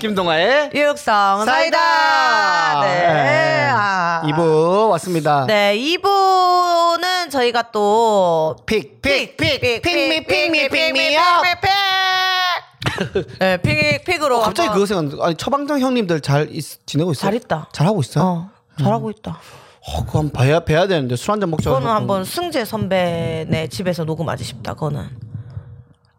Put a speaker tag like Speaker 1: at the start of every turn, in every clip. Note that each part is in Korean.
Speaker 1: 김동아의
Speaker 2: 육성 사이다.
Speaker 1: 사이다.
Speaker 2: 네.
Speaker 1: 네.
Speaker 2: 아.
Speaker 1: 2부 왔습니다.
Speaker 2: 네, 2부는 저희가 또
Speaker 1: 픽, 픽, 픽, 픽, 미, 픽, 미, 픽, 미, 업.
Speaker 2: 네, 픽, 픽으로.
Speaker 1: 어, 갑자기
Speaker 2: 한번.
Speaker 1: 그거 생각, 아니, 처방전 형님들 잘 있- 지내고 있어요?
Speaker 2: 잘 있다.
Speaker 1: 잘하고 있어요? 음.
Speaker 2: 어, 잘하고 있다.
Speaker 1: 어, 그거 한번 봐야, 봐야 되는데, 술 한잔 먹자.
Speaker 2: 그거는 한번 승재 선배네 집에서 녹음하지 싶다. 그거는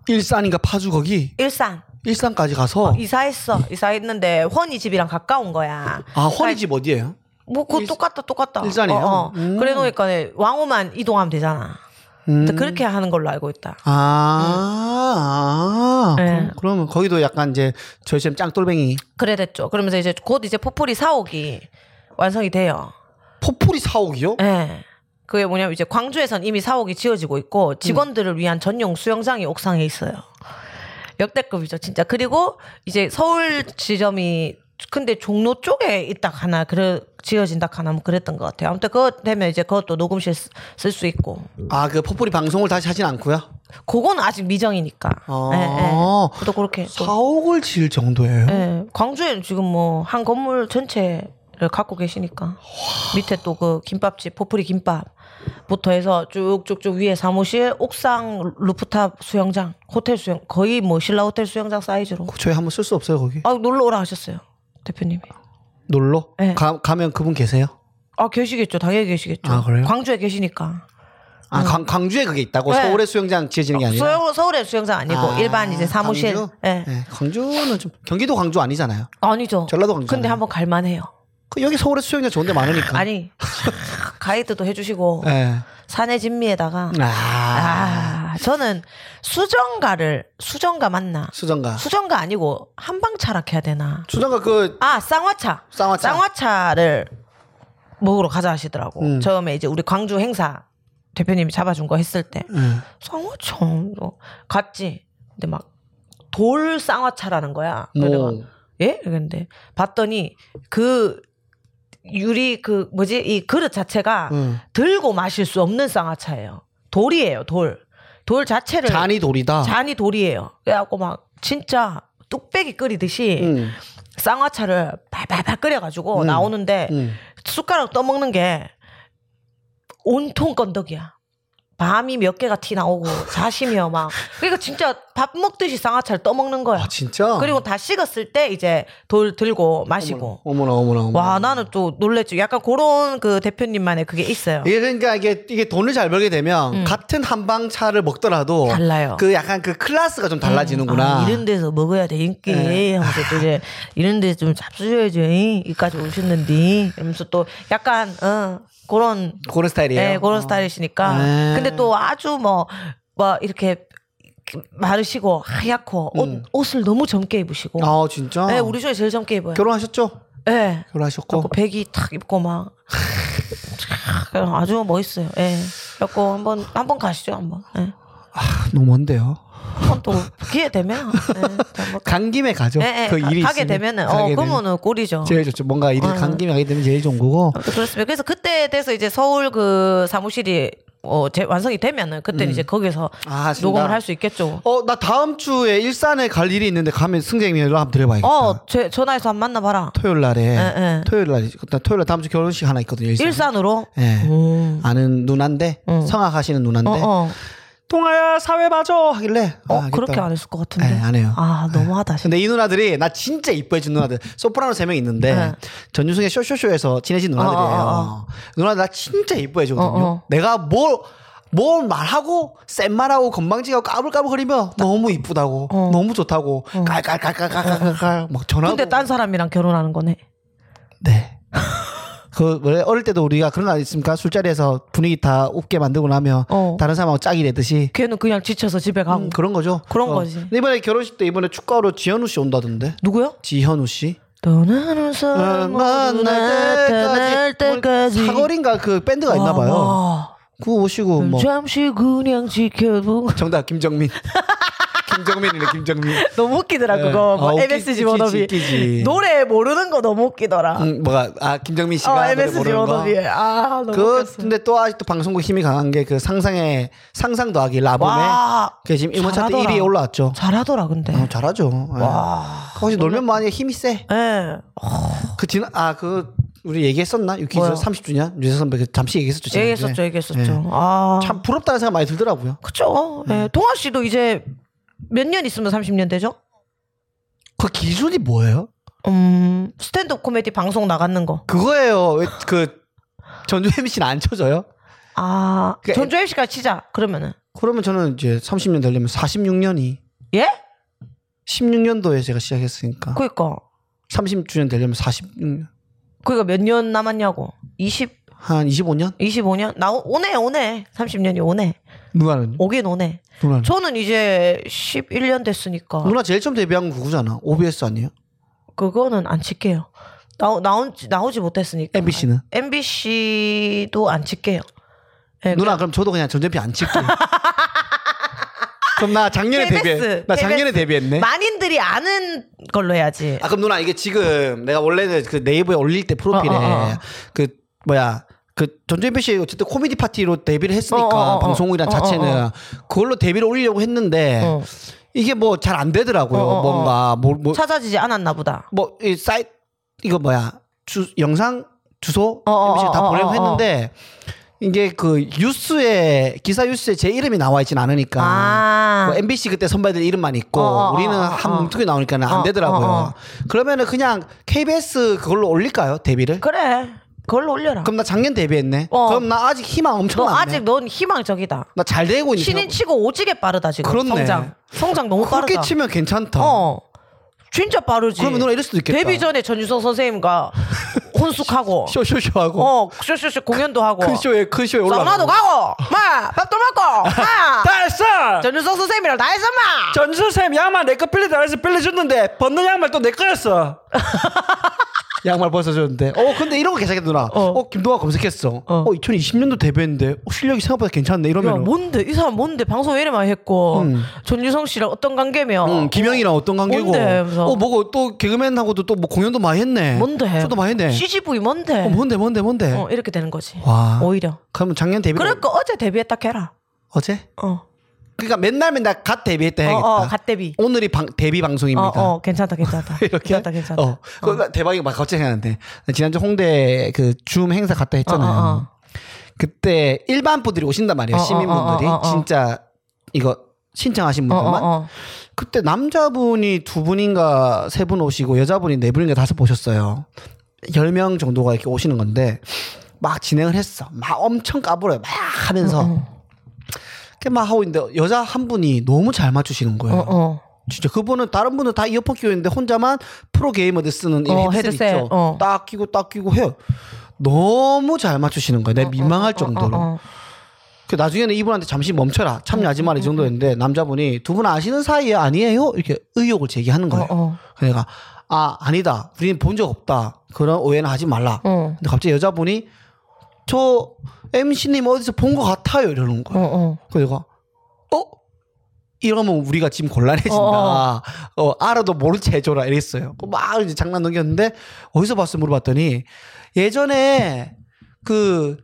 Speaker 1: 일산인가 파주 거기?
Speaker 2: 일산
Speaker 1: 일산까지 가서.
Speaker 2: 이사했어. 이사했는데 훤이 집이랑 가까운 거야.
Speaker 1: 아, 허리집 어디예요
Speaker 2: 뭐 그거 똑같다 똑같다.
Speaker 1: 일산이에요?
Speaker 2: 어, 어.
Speaker 1: 음.
Speaker 2: 그래 놓으니까 왕호만 이동하면 되잖아. 근데 그렇게 하는 걸로 알고 있다.
Speaker 1: 아, 아
Speaker 2: 네.
Speaker 1: 그럼, 그러면 거기도 약간 이제 저희처럼 짱돌뱅이
Speaker 2: 그래 됐죠. 그러면서 이제 곧 이제 포폴이 사옥이 완성이 돼요.
Speaker 1: 포풀이 사옥이요?
Speaker 2: 예. 그게 뭐냐면 이제 광주에선 이미 사옥이 지어지고 있고 직원들을 위한 전용 수영장이 옥상에 있어요. 역대급이죠, 진짜. 그리고 이제 서울 지점이 근데 종로 쪽에 있다 하나 그래 지어진다 하나 뭐 그랬던 것 같아요. 아무튼 그것 되면 이제 그것도 녹음실 쓸 수 있고
Speaker 1: 아, 그 포풀이 방송을 다시 하진 않고요.
Speaker 2: 그건 아직 미정이니까.
Speaker 1: 아.
Speaker 2: 예, 예. 그것도 그렇게. 또.
Speaker 1: 사옥을 지을 정도예요.
Speaker 2: 예. 광주에는 지금 뭐 한 건물 전체를 갖고 계시니까 밑에 또 그 김밥집 포프리 김밥부터 해서 쭉쭉쭉 위에 사무실 옥상 루프탑 수영장 호텔 수영 거의 뭐 신라 호텔 수영장 사이즈로
Speaker 1: 저희 한번 쓸 수 없어요 거기?
Speaker 2: 아 놀러 오라 하셨어요 대표님이
Speaker 1: 놀러?
Speaker 2: 네.
Speaker 1: 가, 가면 그분 계세요?
Speaker 2: 아 계시겠죠 당연히 계시겠죠
Speaker 1: 아, 그래요?
Speaker 2: 광주에 계시니까
Speaker 1: 아 광, 광주에 그게 있다고
Speaker 2: 음. 네.
Speaker 1: 서울의 수영장 지어지는 게 아니라
Speaker 2: 서울, 서울의 수영장 아니고
Speaker 1: 아,
Speaker 2: 일반 이제 사무실
Speaker 1: 광주?
Speaker 2: 예.
Speaker 1: 네, 광주는 좀 경기도 광주 아니잖아요.
Speaker 2: 아니죠
Speaker 1: 전라도 광주
Speaker 2: 근데
Speaker 1: 아니에요?
Speaker 2: 한번 갈만해요
Speaker 1: 그 여기 서울의 수영장 좋은데 많으니까.
Speaker 2: 아니 가이드도 해주시고
Speaker 1: 네. 음.
Speaker 2: 산의 진미에다가
Speaker 1: 아,
Speaker 2: 아, 저는 수정가를 수정가 맞나?
Speaker 1: 수정가.
Speaker 2: 수정가 아니고 한방차락 해야 되나?
Speaker 1: 수정가 그
Speaker 2: 아, 쌍화차.
Speaker 1: 쌍화차.
Speaker 2: 를 먹으러 가자 하시더라고. 처음에 이제 우리 광주 행사 대표님이 잡아준 거 했을 때
Speaker 1: 음.
Speaker 2: 쌍화차 뭐, 갔지. 근데 막 돌 쌍화차라는 거야. 그래서
Speaker 1: 오.
Speaker 2: 내가 예? 이랬는데 봤더니 그 유리 그 뭐지 이 그릇 자체가
Speaker 1: 음.
Speaker 2: 들고 마실 수 없는 쌍화차예요. 돌이에요, 돌. 돌 자체를
Speaker 1: 잔이 돌이다.
Speaker 2: 잔이 돌이에요. 그래갖고 막 진짜 뚝배기 끓이듯이
Speaker 1: 음.
Speaker 2: 쌍화차를 발발발 끓여가지고
Speaker 1: 음.
Speaker 2: 나오는데
Speaker 1: 음.
Speaker 2: 숟가락 떠먹는 게 온통 건더기야. 밤이 몇 개가 티 나오고 자시며 막 그러니까 진짜 밥 먹듯이 쌍화차를 떠먹는 거야.
Speaker 1: 아 진짜?
Speaker 2: 그리고 다 식었을 때 이제 돌 들고 마시고
Speaker 1: 어머나 어머나 어머나.
Speaker 2: 와 나는 또 놀랬죠. 약간 그런 그 대표님만의 그게 있어요.
Speaker 1: 이게 그러니까 이게 이게 돈을 잘 벌게 되면 같은 한방차를 먹더라도
Speaker 2: 음. 달라요.
Speaker 1: 그 약간 그 클래스가 좀 달라지는구나. 예.
Speaker 2: 아, 이런 데서 먹어야 돼 인기 하면서 또 이제 이런 데서 좀 잡수셔야지 이까지 오셨는데 이러면서 또 약간 어, 그런
Speaker 1: 그런 스타일이에요.
Speaker 2: 예, 그런 스타일이시니까
Speaker 1: 네.
Speaker 2: 근데 또 아주 뭐 뭐 이렇게 마르시고 하얗고 옷, 옷을 너무 젊게 입으시고
Speaker 1: 음. 아 진짜?
Speaker 2: 예, 우리 중에 제일 젊게 입어요.
Speaker 1: 결혼하셨죠? 아, 뭐,
Speaker 2: 예.
Speaker 1: 결혼하셨고
Speaker 2: 그래갖고 백이 탁 입고 막 그냥 아주 멋있어요. 예. 그래갖고 한번 한번 가시죠 한번. 예.
Speaker 1: 너무 먼데요.
Speaker 2: 한번 또 기회 되면 예, 또 한번
Speaker 1: 간 김에 가죠.
Speaker 2: 예, 예,
Speaker 1: 그
Speaker 2: 가-
Speaker 1: 일이
Speaker 2: 가게
Speaker 1: 있으면.
Speaker 2: 되면은
Speaker 1: 가게
Speaker 2: 어
Speaker 1: 되면.
Speaker 2: 그러면은 어, 꼴이죠.
Speaker 1: 제일 좋죠. 뭔가 일이 간 김에 가게 되면 제일 좋은 거고.
Speaker 2: 아무튼 그렇습니다. 그래서 그때 돼서 이제 서울 그 사무실이 어, 제, 완성이 되면은 그때 는 이제 거기서
Speaker 1: 음. 아, 진짜.
Speaker 2: 녹음을 할 수 있겠죠.
Speaker 1: 어, 나 다음 주에 일산에 갈 일이 있는데 가면 승재님 연락 한번 드려봐야겠다.
Speaker 2: 어, 제, 전화해서 한번 만나봐라.
Speaker 1: 토요일 날에
Speaker 2: 예.
Speaker 1: 토요일 날이 나 토요일 날 다음 주 결혼식 하나 있거든요. 일산.
Speaker 2: 일산으로.
Speaker 1: 예.
Speaker 2: 음.
Speaker 1: 아는 누난데 성악하시는 누난데
Speaker 2: 어, 어.
Speaker 1: 동아야 사회 봐줘 하길래
Speaker 2: 어,
Speaker 1: 네. 아, 알겠다.
Speaker 2: 그렇게 안 했을 것 같은데.
Speaker 1: 예, 안 해요.
Speaker 2: 아, 너무하다. 진짜.
Speaker 1: 근데 이 누나들이 나 진짜 이뻐해 준 누나들 소프라노 세 명 있는데
Speaker 2: 네.
Speaker 1: 전유승의 쇼쇼쇼에서 친해진 누나들이에요.
Speaker 2: 어, 어,
Speaker 1: 누나들 나 진짜 이뻐해 주거든요.
Speaker 2: 어, 어.
Speaker 1: 내가 뭘 뭘 말하고 센 말하고 건방지고 까불까불거리면 너무 이쁘다고 너무 좋다고 깔깔깔깔깔깔깔 막 전화
Speaker 2: 어. 근데 딴 사람이랑 결혼하는 거네.
Speaker 1: 네. 그 원래 어릴 때도 우리가 그런 날 있습니까? 술자리에서 분위기 다 웃게 만들고 나면
Speaker 2: 어.
Speaker 1: 다른 사람하고 짝이 되듯이
Speaker 2: 걔는 그냥 지쳐서 집에 가고.
Speaker 1: 음, 그런 거죠.
Speaker 2: 그런
Speaker 1: 어.
Speaker 2: 거지.
Speaker 1: 근데 이번에 결혼식 때 이번에 축가로 지현우 씨 온다던데.
Speaker 2: 누구요? 음,
Speaker 1: 지현우 씨.
Speaker 2: 떠나는 사람
Speaker 1: 만날 때까지, 사거리인가 그 밴드가 있나 봐요.
Speaker 2: 와, 음,
Speaker 1: 그거 오시고 뭐
Speaker 2: 잠시 그냥 지켜보고
Speaker 1: 정답 김정민. 김정민이네 김정민.
Speaker 2: 너무 웃기더라 그거
Speaker 1: 어,
Speaker 2: 뭐
Speaker 1: 웃기-
Speaker 2: MSG
Speaker 1: 웃기지,
Speaker 2: 워너비
Speaker 1: 웃기지.
Speaker 2: 노래 모르는 거 너무 웃기더라.
Speaker 1: 음, 뭐가 아 김정민
Speaker 2: 어,
Speaker 1: 씨가 노래
Speaker 2: MSG
Speaker 1: 부르는 거.
Speaker 2: 워너비 아 너무
Speaker 1: 그
Speaker 2: 웃겼어.
Speaker 1: 근데 또 아직도 방송국 힘이 강한 게 그 상상의 상상 더하기 라붐에
Speaker 2: 와
Speaker 1: 그 지금 일본 차트
Speaker 2: 잘하더라.
Speaker 1: 1위에 올라왔죠.
Speaker 2: 잘하더라 근데.
Speaker 1: 어, 잘하죠. 예.
Speaker 2: 와.
Speaker 1: 혹시 놀면 뭐하니 힘이 세.
Speaker 2: 예.
Speaker 1: 그 지난 아그 우리 얘기했었나
Speaker 2: 뭐요?
Speaker 1: 유키즈 30주년 유재 선배 그 잠시 얘기했었죠. 지난주에.
Speaker 2: 얘기했었죠, 얘기했었죠.
Speaker 1: 예.
Speaker 2: 아.
Speaker 1: 참 음. 부럽다는 생각 많이 들더라고요.
Speaker 2: 그쵸. 예. 동아 씨도 이제 몇 년 있으면 30년 되죠?
Speaker 1: 그 기준이 뭐예요?
Speaker 2: 음, 스탠드업 코미디 방송 나가는 거.
Speaker 1: 그거예요. 왜 그 전주 MC는 안 쳐져요?
Speaker 2: 아,
Speaker 1: 그-
Speaker 2: 전주 MC까지 치자. 그러면은.
Speaker 1: 그러면 저는 이제 30년 되려면 46년이
Speaker 2: 예?
Speaker 1: 16년도에 제가 시작했으니까
Speaker 2: 그니까.
Speaker 1: 30주년 되려면 46년
Speaker 2: 그니까 몇 년 남았냐고. 20,
Speaker 1: 한 25년
Speaker 2: 25년? 나 오- 오네, 오네. 30년이 오네.
Speaker 1: 누나는
Speaker 2: 오긴 오네.
Speaker 1: 누나는
Speaker 2: 저는 이제 11년 됐으니까.
Speaker 1: 누나 제일 처음 데뷔한 거 그거잖아. OBS 아니에요?
Speaker 2: 그거는 안 칠게요. 나, 나오지, 나오지 못했으니까.
Speaker 1: MBC는
Speaker 2: MBC도 안 칠게요. 예,
Speaker 1: 네, 누나 그럼 저도 그냥 전재피 안 칠게. 그럼 나 작년에
Speaker 2: KBS,
Speaker 1: 예, 데뷔. 나 작년에 데뷔했네.
Speaker 2: 만인들이 아는 걸로 해야지.
Speaker 1: 아 그럼 누나 이게 지금 내가 원래는 그 네이버에 올릴 때 프로필에
Speaker 2: 어, 어, 어.
Speaker 1: 그 뭐야 그 전재현 씨 어쨌든 코미디 파티로 데뷔를 했으니까
Speaker 2: 어, 어, 어, 어.
Speaker 1: 방송이란
Speaker 2: 어, 어,
Speaker 1: 자체는
Speaker 2: 어.
Speaker 1: 그걸로 데뷔를 올리려고 했는데
Speaker 2: 어.
Speaker 1: 이게 뭐 잘 안 되더라고요.
Speaker 2: 어, 어, 어.
Speaker 1: 뭔가 뭐뭐뭐이 뭐
Speaker 2: 찾아지지 않았나 보다.
Speaker 1: 사이트 이거 뭐야 주 영상 주소
Speaker 2: 어, 어,
Speaker 1: MBC 다
Speaker 2: 어, 어,
Speaker 1: 보내고
Speaker 2: 어, 어.
Speaker 1: 했는데 이게 그 뉴스에 기사 뉴스에 제 이름이 나와 있진 않으니까
Speaker 2: 아.
Speaker 1: 뭐 MBC 그때 선배들 이름만 있고
Speaker 2: 어, 어,
Speaker 1: 우리는
Speaker 2: 어, 어,
Speaker 1: 한
Speaker 2: 어.
Speaker 1: 뭉텅이 나오니까는
Speaker 2: 어,
Speaker 1: 안 되더라고요.
Speaker 2: 어, 어.
Speaker 1: 그러면은 그냥 KBS 그걸로 올릴까요? 데뷔를?
Speaker 2: 그래. 그걸로 올려라.
Speaker 1: 그럼 나 작년 데뷔했네.
Speaker 2: 어.
Speaker 1: 그럼 나 아직 희망 엄청
Speaker 2: 너
Speaker 1: 많네.
Speaker 2: 아직 넌 희망적이다.
Speaker 1: 나잘 되고 있는
Speaker 2: 신인
Speaker 1: 사람.
Speaker 2: 치고 오지게 빠르다 지금.
Speaker 1: 그렇네.
Speaker 2: 성장. 성장 너무
Speaker 1: 그렇게
Speaker 2: 빠르다.
Speaker 1: 치면 괜찮다.
Speaker 2: 어. 진짜 빠르지.
Speaker 1: 그러면 누나 이럴 수도 있겠다.
Speaker 2: 데뷔 전에 전유성 선생님과 혼숙하고
Speaker 1: 쇼쇼쇼하고
Speaker 2: 어, 쇼쇼쇼 공연도 하고
Speaker 1: 큰 쇼에 큰 쇼에 올라.
Speaker 2: 사우나도 가고 마 밥도 먹고 마
Speaker 1: 달성.
Speaker 2: 전유성 선생님이랑 다 했어 마
Speaker 1: 전수쌤 양말 내 거 빌리다 해서 빌려줬는데 벗는 양말 또 내 거였어. 양말 벗어줬는데. 어 근데 이런 거 괜찮겠다 누나. 어, 김동아 검색했어. 어, 2020년도 데뷔했는데 어, 실력이 생각보다 괜찮네
Speaker 2: 야
Speaker 1: 이러면.
Speaker 2: 뭔데 이 사람 뭔데 방송 왜 이래 많이 했고
Speaker 1: 음.
Speaker 2: 전유성 씨랑 어떤 관계며
Speaker 1: 응, 음, 김영이랑 어떤 관계고?
Speaker 2: 뭔데? 그래서.
Speaker 1: 어, 뭐고 또 개그맨하고도 또 뭐 공연도 많이 했네.
Speaker 2: 뭔데
Speaker 1: 저도 많이 했네.
Speaker 2: CGV 뭔데
Speaker 1: 어, 뭔데 뭔데 뭔데?
Speaker 2: 어, 이렇게 되는 거지
Speaker 1: 와.
Speaker 2: 오히려
Speaker 1: 그러면 작년 데뷔
Speaker 2: 그러니까 어제 데뷔했다 해라
Speaker 1: 어제?
Speaker 2: 어
Speaker 1: 그러니까 맨날 맨날 갓 데뷔했다 해야겠다.
Speaker 2: 어어 갓데뷔
Speaker 1: 오늘이 방, 데뷔
Speaker 2: 어어
Speaker 1: 방송입니다.
Speaker 2: 괜찮다 괜찮다
Speaker 1: 이렇게
Speaker 2: 괜찮다 괜찮다
Speaker 1: 어. 그러니까 대박이 막 갑자기 생각나는데 지난주 홍대 그 줌 행사 갔다 했잖아요.
Speaker 2: 어, 어, 어.
Speaker 1: 그때 일반 분들이 오신단 말이에요.
Speaker 2: 어, 어,
Speaker 1: 시민분들이
Speaker 2: 어, 어, 어, 어.
Speaker 1: 진짜 이거 신청하신 분들만 그때 남자분이 두 분인가 세 분 오시고 여자분이 네 분인가 다섯 보셨어요. 열 명 정도가 이렇게 오시는 건데 막 진행을 했어. 막 엄청 까불어요. 막 하면서. 그렇게 막 하고 있는데 여자 한 분이 너무 잘 맞추시는 거예요.
Speaker 2: 어어
Speaker 1: 진짜 그분은 다른 분은 다 이어폰 끼고 있는데 혼자만 프로 게이머들 쓰는 이
Speaker 2: 어,
Speaker 1: 헤드셋,
Speaker 2: 헤드셋,
Speaker 1: 있죠.
Speaker 2: 어.
Speaker 1: 딱 끼고 딱 끼고 해요. 너무 잘 맞추시는 거예요.
Speaker 2: 어,
Speaker 1: 내가 민망할 정도로. 그 나중에는 이분한테 잠시 멈춰라
Speaker 2: 음,
Speaker 1: 참여하지 마라 이 정도였는데 남자분이 두 분 아시는 사이에 아니에요 이렇게 의혹을 제기하는 거예요.
Speaker 2: 어어
Speaker 1: 그러니까 아 아니다 우리는 본 적 없다 그런 오해는 하지 말라.
Speaker 2: 어.
Speaker 1: 근데 갑자기 여자분이 저 MC님 어디서 본 것 같아요 이러는 거예요.
Speaker 2: 어어
Speaker 1: 그래서 어 이러면 우리가 지금 곤란해진다.
Speaker 2: 어,
Speaker 1: 어, 알아도 모른 채 해줘라 이랬어요. 그막 이제 장난 넘겼는데 어디서 봤어 물어봤더니 예전에 그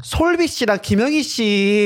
Speaker 1: 솔비 씨랑 김영희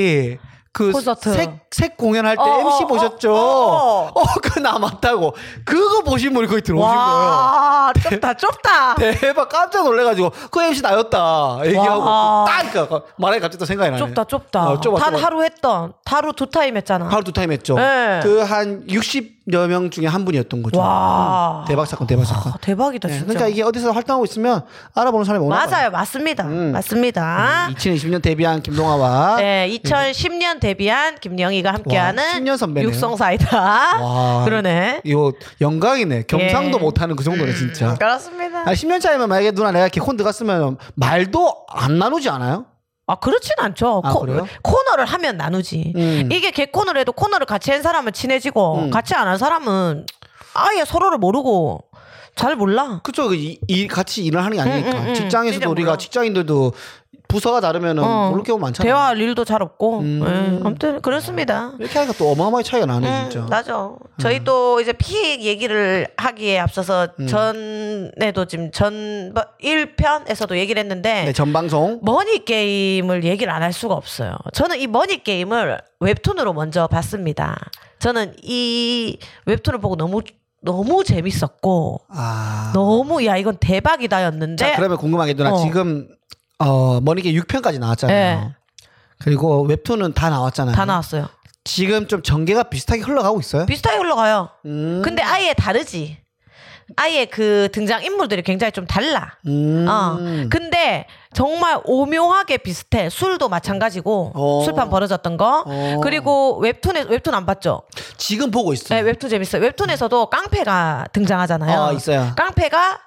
Speaker 1: 씨그
Speaker 2: 콘서트.
Speaker 1: 색, 색 공연할 때
Speaker 2: 어,
Speaker 1: MC
Speaker 2: 어,
Speaker 1: 보셨죠?
Speaker 2: 어, 어, 어.
Speaker 1: 어, 그 남았다고. 그거 보신 분이 거기 들어오신 거예요.
Speaker 2: 와 좁다 좁다
Speaker 1: 대박 깜짝 놀래가지고 그 MC 나였다 얘기하고
Speaker 2: 와.
Speaker 1: 딱니까 그 말하니 갑자기 또 생각이 나네.
Speaker 2: 좁다 좁다
Speaker 1: 어, 좁아,
Speaker 2: 단
Speaker 1: 좁아.
Speaker 2: 하루 했던 하루 두 타임 했잖아
Speaker 1: 하루 두 타임 했죠.
Speaker 2: 네.
Speaker 1: 그 한 60여 명 중에 한 분이었던 거죠.
Speaker 2: 와
Speaker 1: 대박 사건, 대박 사건.
Speaker 2: 아, 대박이다
Speaker 1: 네,
Speaker 2: 진짜
Speaker 1: 그러니까 이게 어디서 활동하고 있으면 음. 알아보는 사람이 오나 봐요.
Speaker 2: 맞아요 맞습니다 맞습니다
Speaker 1: 2020년 데뷔한 김동아와
Speaker 2: 네, 2010년 데뷔한 김영희가 함께하는
Speaker 1: 와, 10년 선배네요.
Speaker 2: 육성 사이다.
Speaker 1: 와.
Speaker 2: 그러네.
Speaker 1: 이거 영광이네. 겸상도
Speaker 2: 예.
Speaker 1: 못하는 그 정도네 진짜.
Speaker 2: 그렇습니다.
Speaker 1: 아, 10년 차이면 만약에 누나 내가 이렇게 콘드 갔으면 말도 안 나누지 않아요?
Speaker 2: 아, 그렇진 않죠.
Speaker 1: 아,
Speaker 2: 코,
Speaker 1: 그래요? 음.
Speaker 2: 코너를 하면 나누지. 이게 개코너를 해도 코너를 같이 한 사람은 친해지고 같이 안 한 사람은 아예 서로를 모르고 잘 몰라.
Speaker 1: 그쵸. 그 이, 이 같이 일을 하는 게 아니니까
Speaker 2: 음, 음, 음.
Speaker 1: 직장에서도
Speaker 2: 진짜
Speaker 1: 우리가
Speaker 2: 몰라.
Speaker 1: 직장인들도 부서가 다르면은
Speaker 2: 어.
Speaker 1: 모를 경우 많잖아요.
Speaker 2: 대화할 일도 잘 없고.
Speaker 1: 음.
Speaker 2: 예, 아무튼 그렇습니다.
Speaker 1: 이렇게 하니까 또 어마어마하게 차이가 나네
Speaker 2: 음,
Speaker 1: 진짜.
Speaker 2: 맞아. 저희 또 이제 피해 얘기를 하기에 앞서서
Speaker 1: 음.
Speaker 2: 전에도 지금 전 뭐, 1편에서도 얘기를 했는데
Speaker 1: 네, 전방송.
Speaker 2: 머니 게임을 얘기를 안 할 수가 없어요. 저는 이 머니 게임을 웹툰으로 먼저 봤습니다. 저는 이 웹툰을 보고 너무 너무 재밌었고
Speaker 1: 아.
Speaker 2: 너무 야 이건 대박이다였는데
Speaker 1: 자, 그러면 궁금한 게 누나
Speaker 2: 어.
Speaker 1: 지금 어, 머니게 6편까지 나왔잖아요.
Speaker 2: 네.
Speaker 1: 그리고 웹툰은 다 나왔잖아요.
Speaker 2: 다 나왔어요.
Speaker 1: 지금 좀 전개가 비슷하게 흘러가고 있어요?
Speaker 2: 비슷하게 흘러가요.
Speaker 1: 음.
Speaker 2: 근데 아예 다르지. 아예 그 등장 인물들이 굉장히 좀 달라.
Speaker 1: 음.
Speaker 2: 어. 근데 정말 오묘하게 비슷해. 술도 마찬가지고
Speaker 1: 어.
Speaker 2: 술판 벌어졌던 거.
Speaker 1: 어.
Speaker 2: 그리고 웹툰에 웹툰 안 봤죠?
Speaker 1: 지금 보고 있어요.
Speaker 2: 네, 웹툰 재밌어요. 웹툰에서도 깡패가 등장하잖아요.
Speaker 1: 아, 있어요.
Speaker 2: 깡패가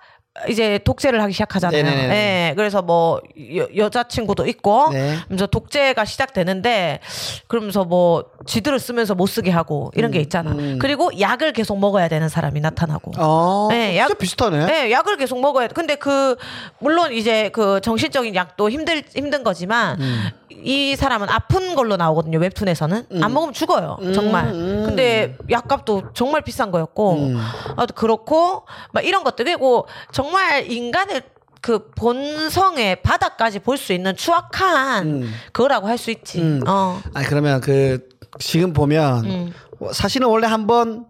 Speaker 2: 이제 독재를 하기 시작하잖아요.
Speaker 1: 네네네네.
Speaker 2: 네, 그래서 뭐 여, 여자친구도 있고
Speaker 1: 네.
Speaker 2: 그러면서 독재가 시작되는데 그러면서 뭐 지들을 쓰면서 못 쓰게 하고 이런
Speaker 1: 음,
Speaker 2: 게 있잖아. 그리고 약을 계속 먹어야 되는 사람이 나타나고.
Speaker 1: 어.
Speaker 2: 네,
Speaker 1: 진짜
Speaker 2: 약-
Speaker 1: 비슷하네.
Speaker 2: 네, 약을 계속 먹어야 돼. 근데 그 물론 이제 그 정신적인 약도 힘들 힘든 거지만
Speaker 1: 음.
Speaker 2: 이 사람은 아픈 걸로 나오거든요. 웹툰에서는 안 먹으면 죽어요.
Speaker 1: 음.
Speaker 2: 정말. 근데 약값도 정말 비싼 거였고,
Speaker 1: 음.
Speaker 2: 아, 그렇고 막 이런 것들 그리고 정말 인간의 그 본성의 바닥까지 볼 수 있는 추악한 그거라고 할 수 있지. 어.
Speaker 1: 음. 아니 그러면 그 지금 보면
Speaker 2: 음.
Speaker 1: 어, 사실은 원래 한번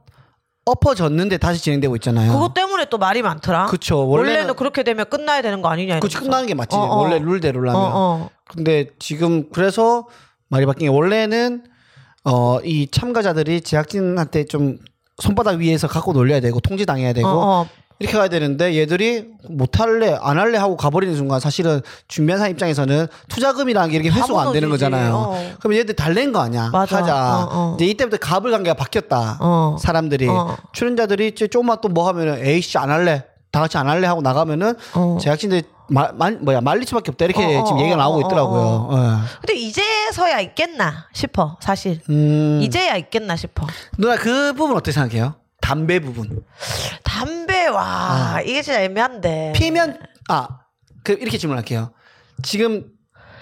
Speaker 1: 엎어졌는데 다시 진행되고 있잖아요.
Speaker 2: 그것 때문에 또 말이 많더라.
Speaker 1: 그쵸.
Speaker 2: 원래는,
Speaker 1: 원래는-
Speaker 2: 그렇게 되면 끝나야 되는 거 아니냐.
Speaker 1: 그치,
Speaker 2: 이러면서.
Speaker 1: 끝나는 게 맞지.
Speaker 2: 어, 어.
Speaker 1: 원래 룰대로라면.
Speaker 2: 어, 어.
Speaker 1: 근데 지금 그래서 말이 바뀐 게 원래는 어 이 참가자들이 제작진한테 좀 손바닥 위에서 갖고 놀려야 되고 통제당해야 되고
Speaker 2: 어, 어.
Speaker 1: 이렇게 가야 되는데 얘들이 못 할래 안 할래 하고 가버리는 순간 사실은 준비한 사람 입장에서는 투자금이라는 게 이렇게 회수가 안 되는
Speaker 2: 무너지지.
Speaker 1: 거잖아요.
Speaker 2: 어.
Speaker 1: 그럼 얘들 달랜 거 아니야?
Speaker 2: 맞아.
Speaker 1: 하자.
Speaker 2: 어, 어.
Speaker 1: 이제 이때부터 갑을 관계가 바뀌었다.
Speaker 2: 어.
Speaker 1: 사람들이
Speaker 2: 어.
Speaker 1: 출연자들이 이제 조금만 또 뭐 하면은 에이씨 안 할래. 다 같이 안 할래 하고 나가면은
Speaker 2: 어.
Speaker 1: 제작진들이 말, 말 뭐야 말릴 수밖에 없다 이렇게
Speaker 2: 어, 어,
Speaker 1: 지금 얘기가
Speaker 2: 어,
Speaker 1: 나오고
Speaker 2: 어,
Speaker 1: 있더라고요.
Speaker 2: 어,
Speaker 1: 예.
Speaker 2: 근데 이제서야 있겠나 싶어 사실
Speaker 1: 음.
Speaker 2: 이제야 있겠나 싶어
Speaker 1: 누나 그 부분 어떻게 생각해요? 담배 부분.
Speaker 2: 담배 와 이게 진짜 애매한데
Speaker 1: 아. 피면 아 그 이렇게 질문할게요. 지금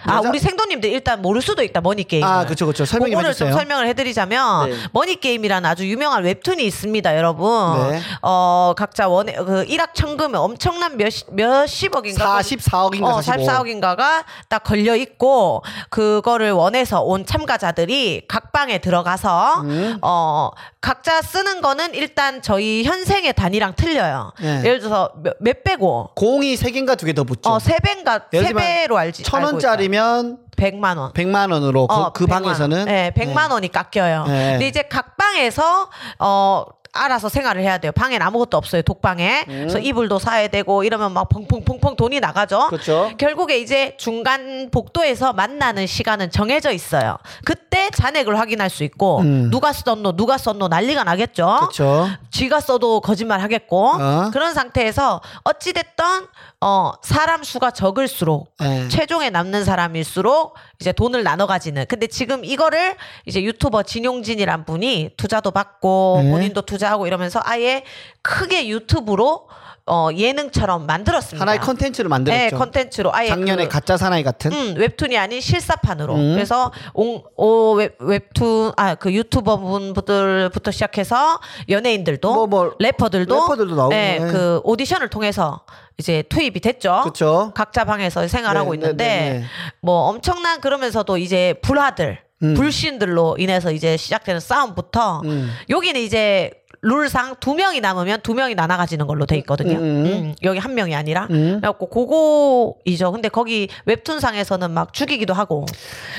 Speaker 2: 아
Speaker 1: 여자-
Speaker 2: 우리 생도님들 일단 모를 수도 있다 머니 게임
Speaker 1: 아, 그쵸, 그쵸. 설명 좀
Speaker 2: 그거를 좀
Speaker 1: 해주세요.
Speaker 2: 설명을 해드리자면
Speaker 1: 네.
Speaker 2: 머니 게임이라는 아주 유명한 웹툰이 있습니다 여러분
Speaker 1: 네.
Speaker 2: 어 각자 원의 그 일확천금에 엄청난 몇십 몇십억인가
Speaker 1: 44억인가
Speaker 2: 어, 44억인가가 딱 걸려 있고 그거를 원해서 온 참가자들이 각 방에 들어가서
Speaker 1: 음.
Speaker 2: 어 각자 쓰는 거는 일단 저희 현생의 단위랑 틀려요.
Speaker 1: 네.
Speaker 2: 예를 들어서 몇, 몇 배고
Speaker 1: 공이 세 개인가 두 개 더 붙죠.
Speaker 2: 어, 세 배인가
Speaker 1: 그렇죠. 예를
Speaker 2: 세
Speaker 1: 들면
Speaker 2: 배로 알지.
Speaker 1: 천 원짜리면
Speaker 2: 100만 원.
Speaker 1: 100만 원으로 그,
Speaker 2: 어,
Speaker 1: 그
Speaker 2: 100만 원.
Speaker 1: 방에서는
Speaker 2: 네, 100만 원이 깎여요.
Speaker 1: 네.
Speaker 2: 근데 이제 각 방에서 어 알아서 생활을 해야 돼요. 방엔 아무것도 없어요.
Speaker 1: 음.
Speaker 2: 독방에. 그래서 이불도 사야 되고 이러면 막 펑펑펑펑 돈이 나가죠.
Speaker 1: 그렇죠.
Speaker 2: 결국에 이제 중간 복도에서 만나는 시간은 정해져 있어요. 그때 잔액을 확인할 수 있고 누가 썼노 누가 썼노 난리가 나겠죠.
Speaker 1: 음. 그렇죠.
Speaker 2: 쥐가 써도 거짓말 하겠고
Speaker 1: 어.
Speaker 2: 그런 상태에서 어찌 됐던 어 사람 수가 적을수록
Speaker 1: 네.
Speaker 2: 최종에 남는 사람일수록 이제 돈을 나눠 가지는 근데 지금 이거를 이제 유튜버 진용진이란 분이 투자도 받고
Speaker 1: 네.
Speaker 2: 본인도 투자하고 이러면서 아예 크게 유튜브로 어 예능처럼 만들었습니다.
Speaker 1: 하나의 컨텐츠를 만들었죠.
Speaker 2: 네, 컨텐츠로 아예
Speaker 1: 작년에 음.
Speaker 2: 그-
Speaker 1: 가짜 사나이 같은.
Speaker 2: 음, 웹툰이 아닌 실사판으로. 그래서 옹, 오, 웹, 웹툰, 아, 그 유튜버 분들부터 시작해서 연예인들도,
Speaker 1: 뭐, 뭐,
Speaker 2: 래퍼들도,
Speaker 1: 래퍼들도 나오고,
Speaker 2: 네,
Speaker 1: 네.
Speaker 2: 그 오디션을 통해서 이제 투입이 됐죠.
Speaker 1: 그쵸.
Speaker 2: 각자 방에서 생활하고
Speaker 1: 그렇죠. 네,
Speaker 2: 있는데,
Speaker 1: 네, 네, 네.
Speaker 2: 뭐 엄청난 그러면서도 이제 불화들,
Speaker 1: 음.
Speaker 2: 불신들로 인해서 이제 시작되는 싸움부터, 여기는 이제 룰상 두 명이 남으면 두 명이 나눠 가지는 걸로 돼 있거든요. 음, 여기 한 명이 아니라.
Speaker 1: 음.
Speaker 2: 그래갖고 그거이죠. 근데 거기 웹툰상에서는 막 죽이기도 하고.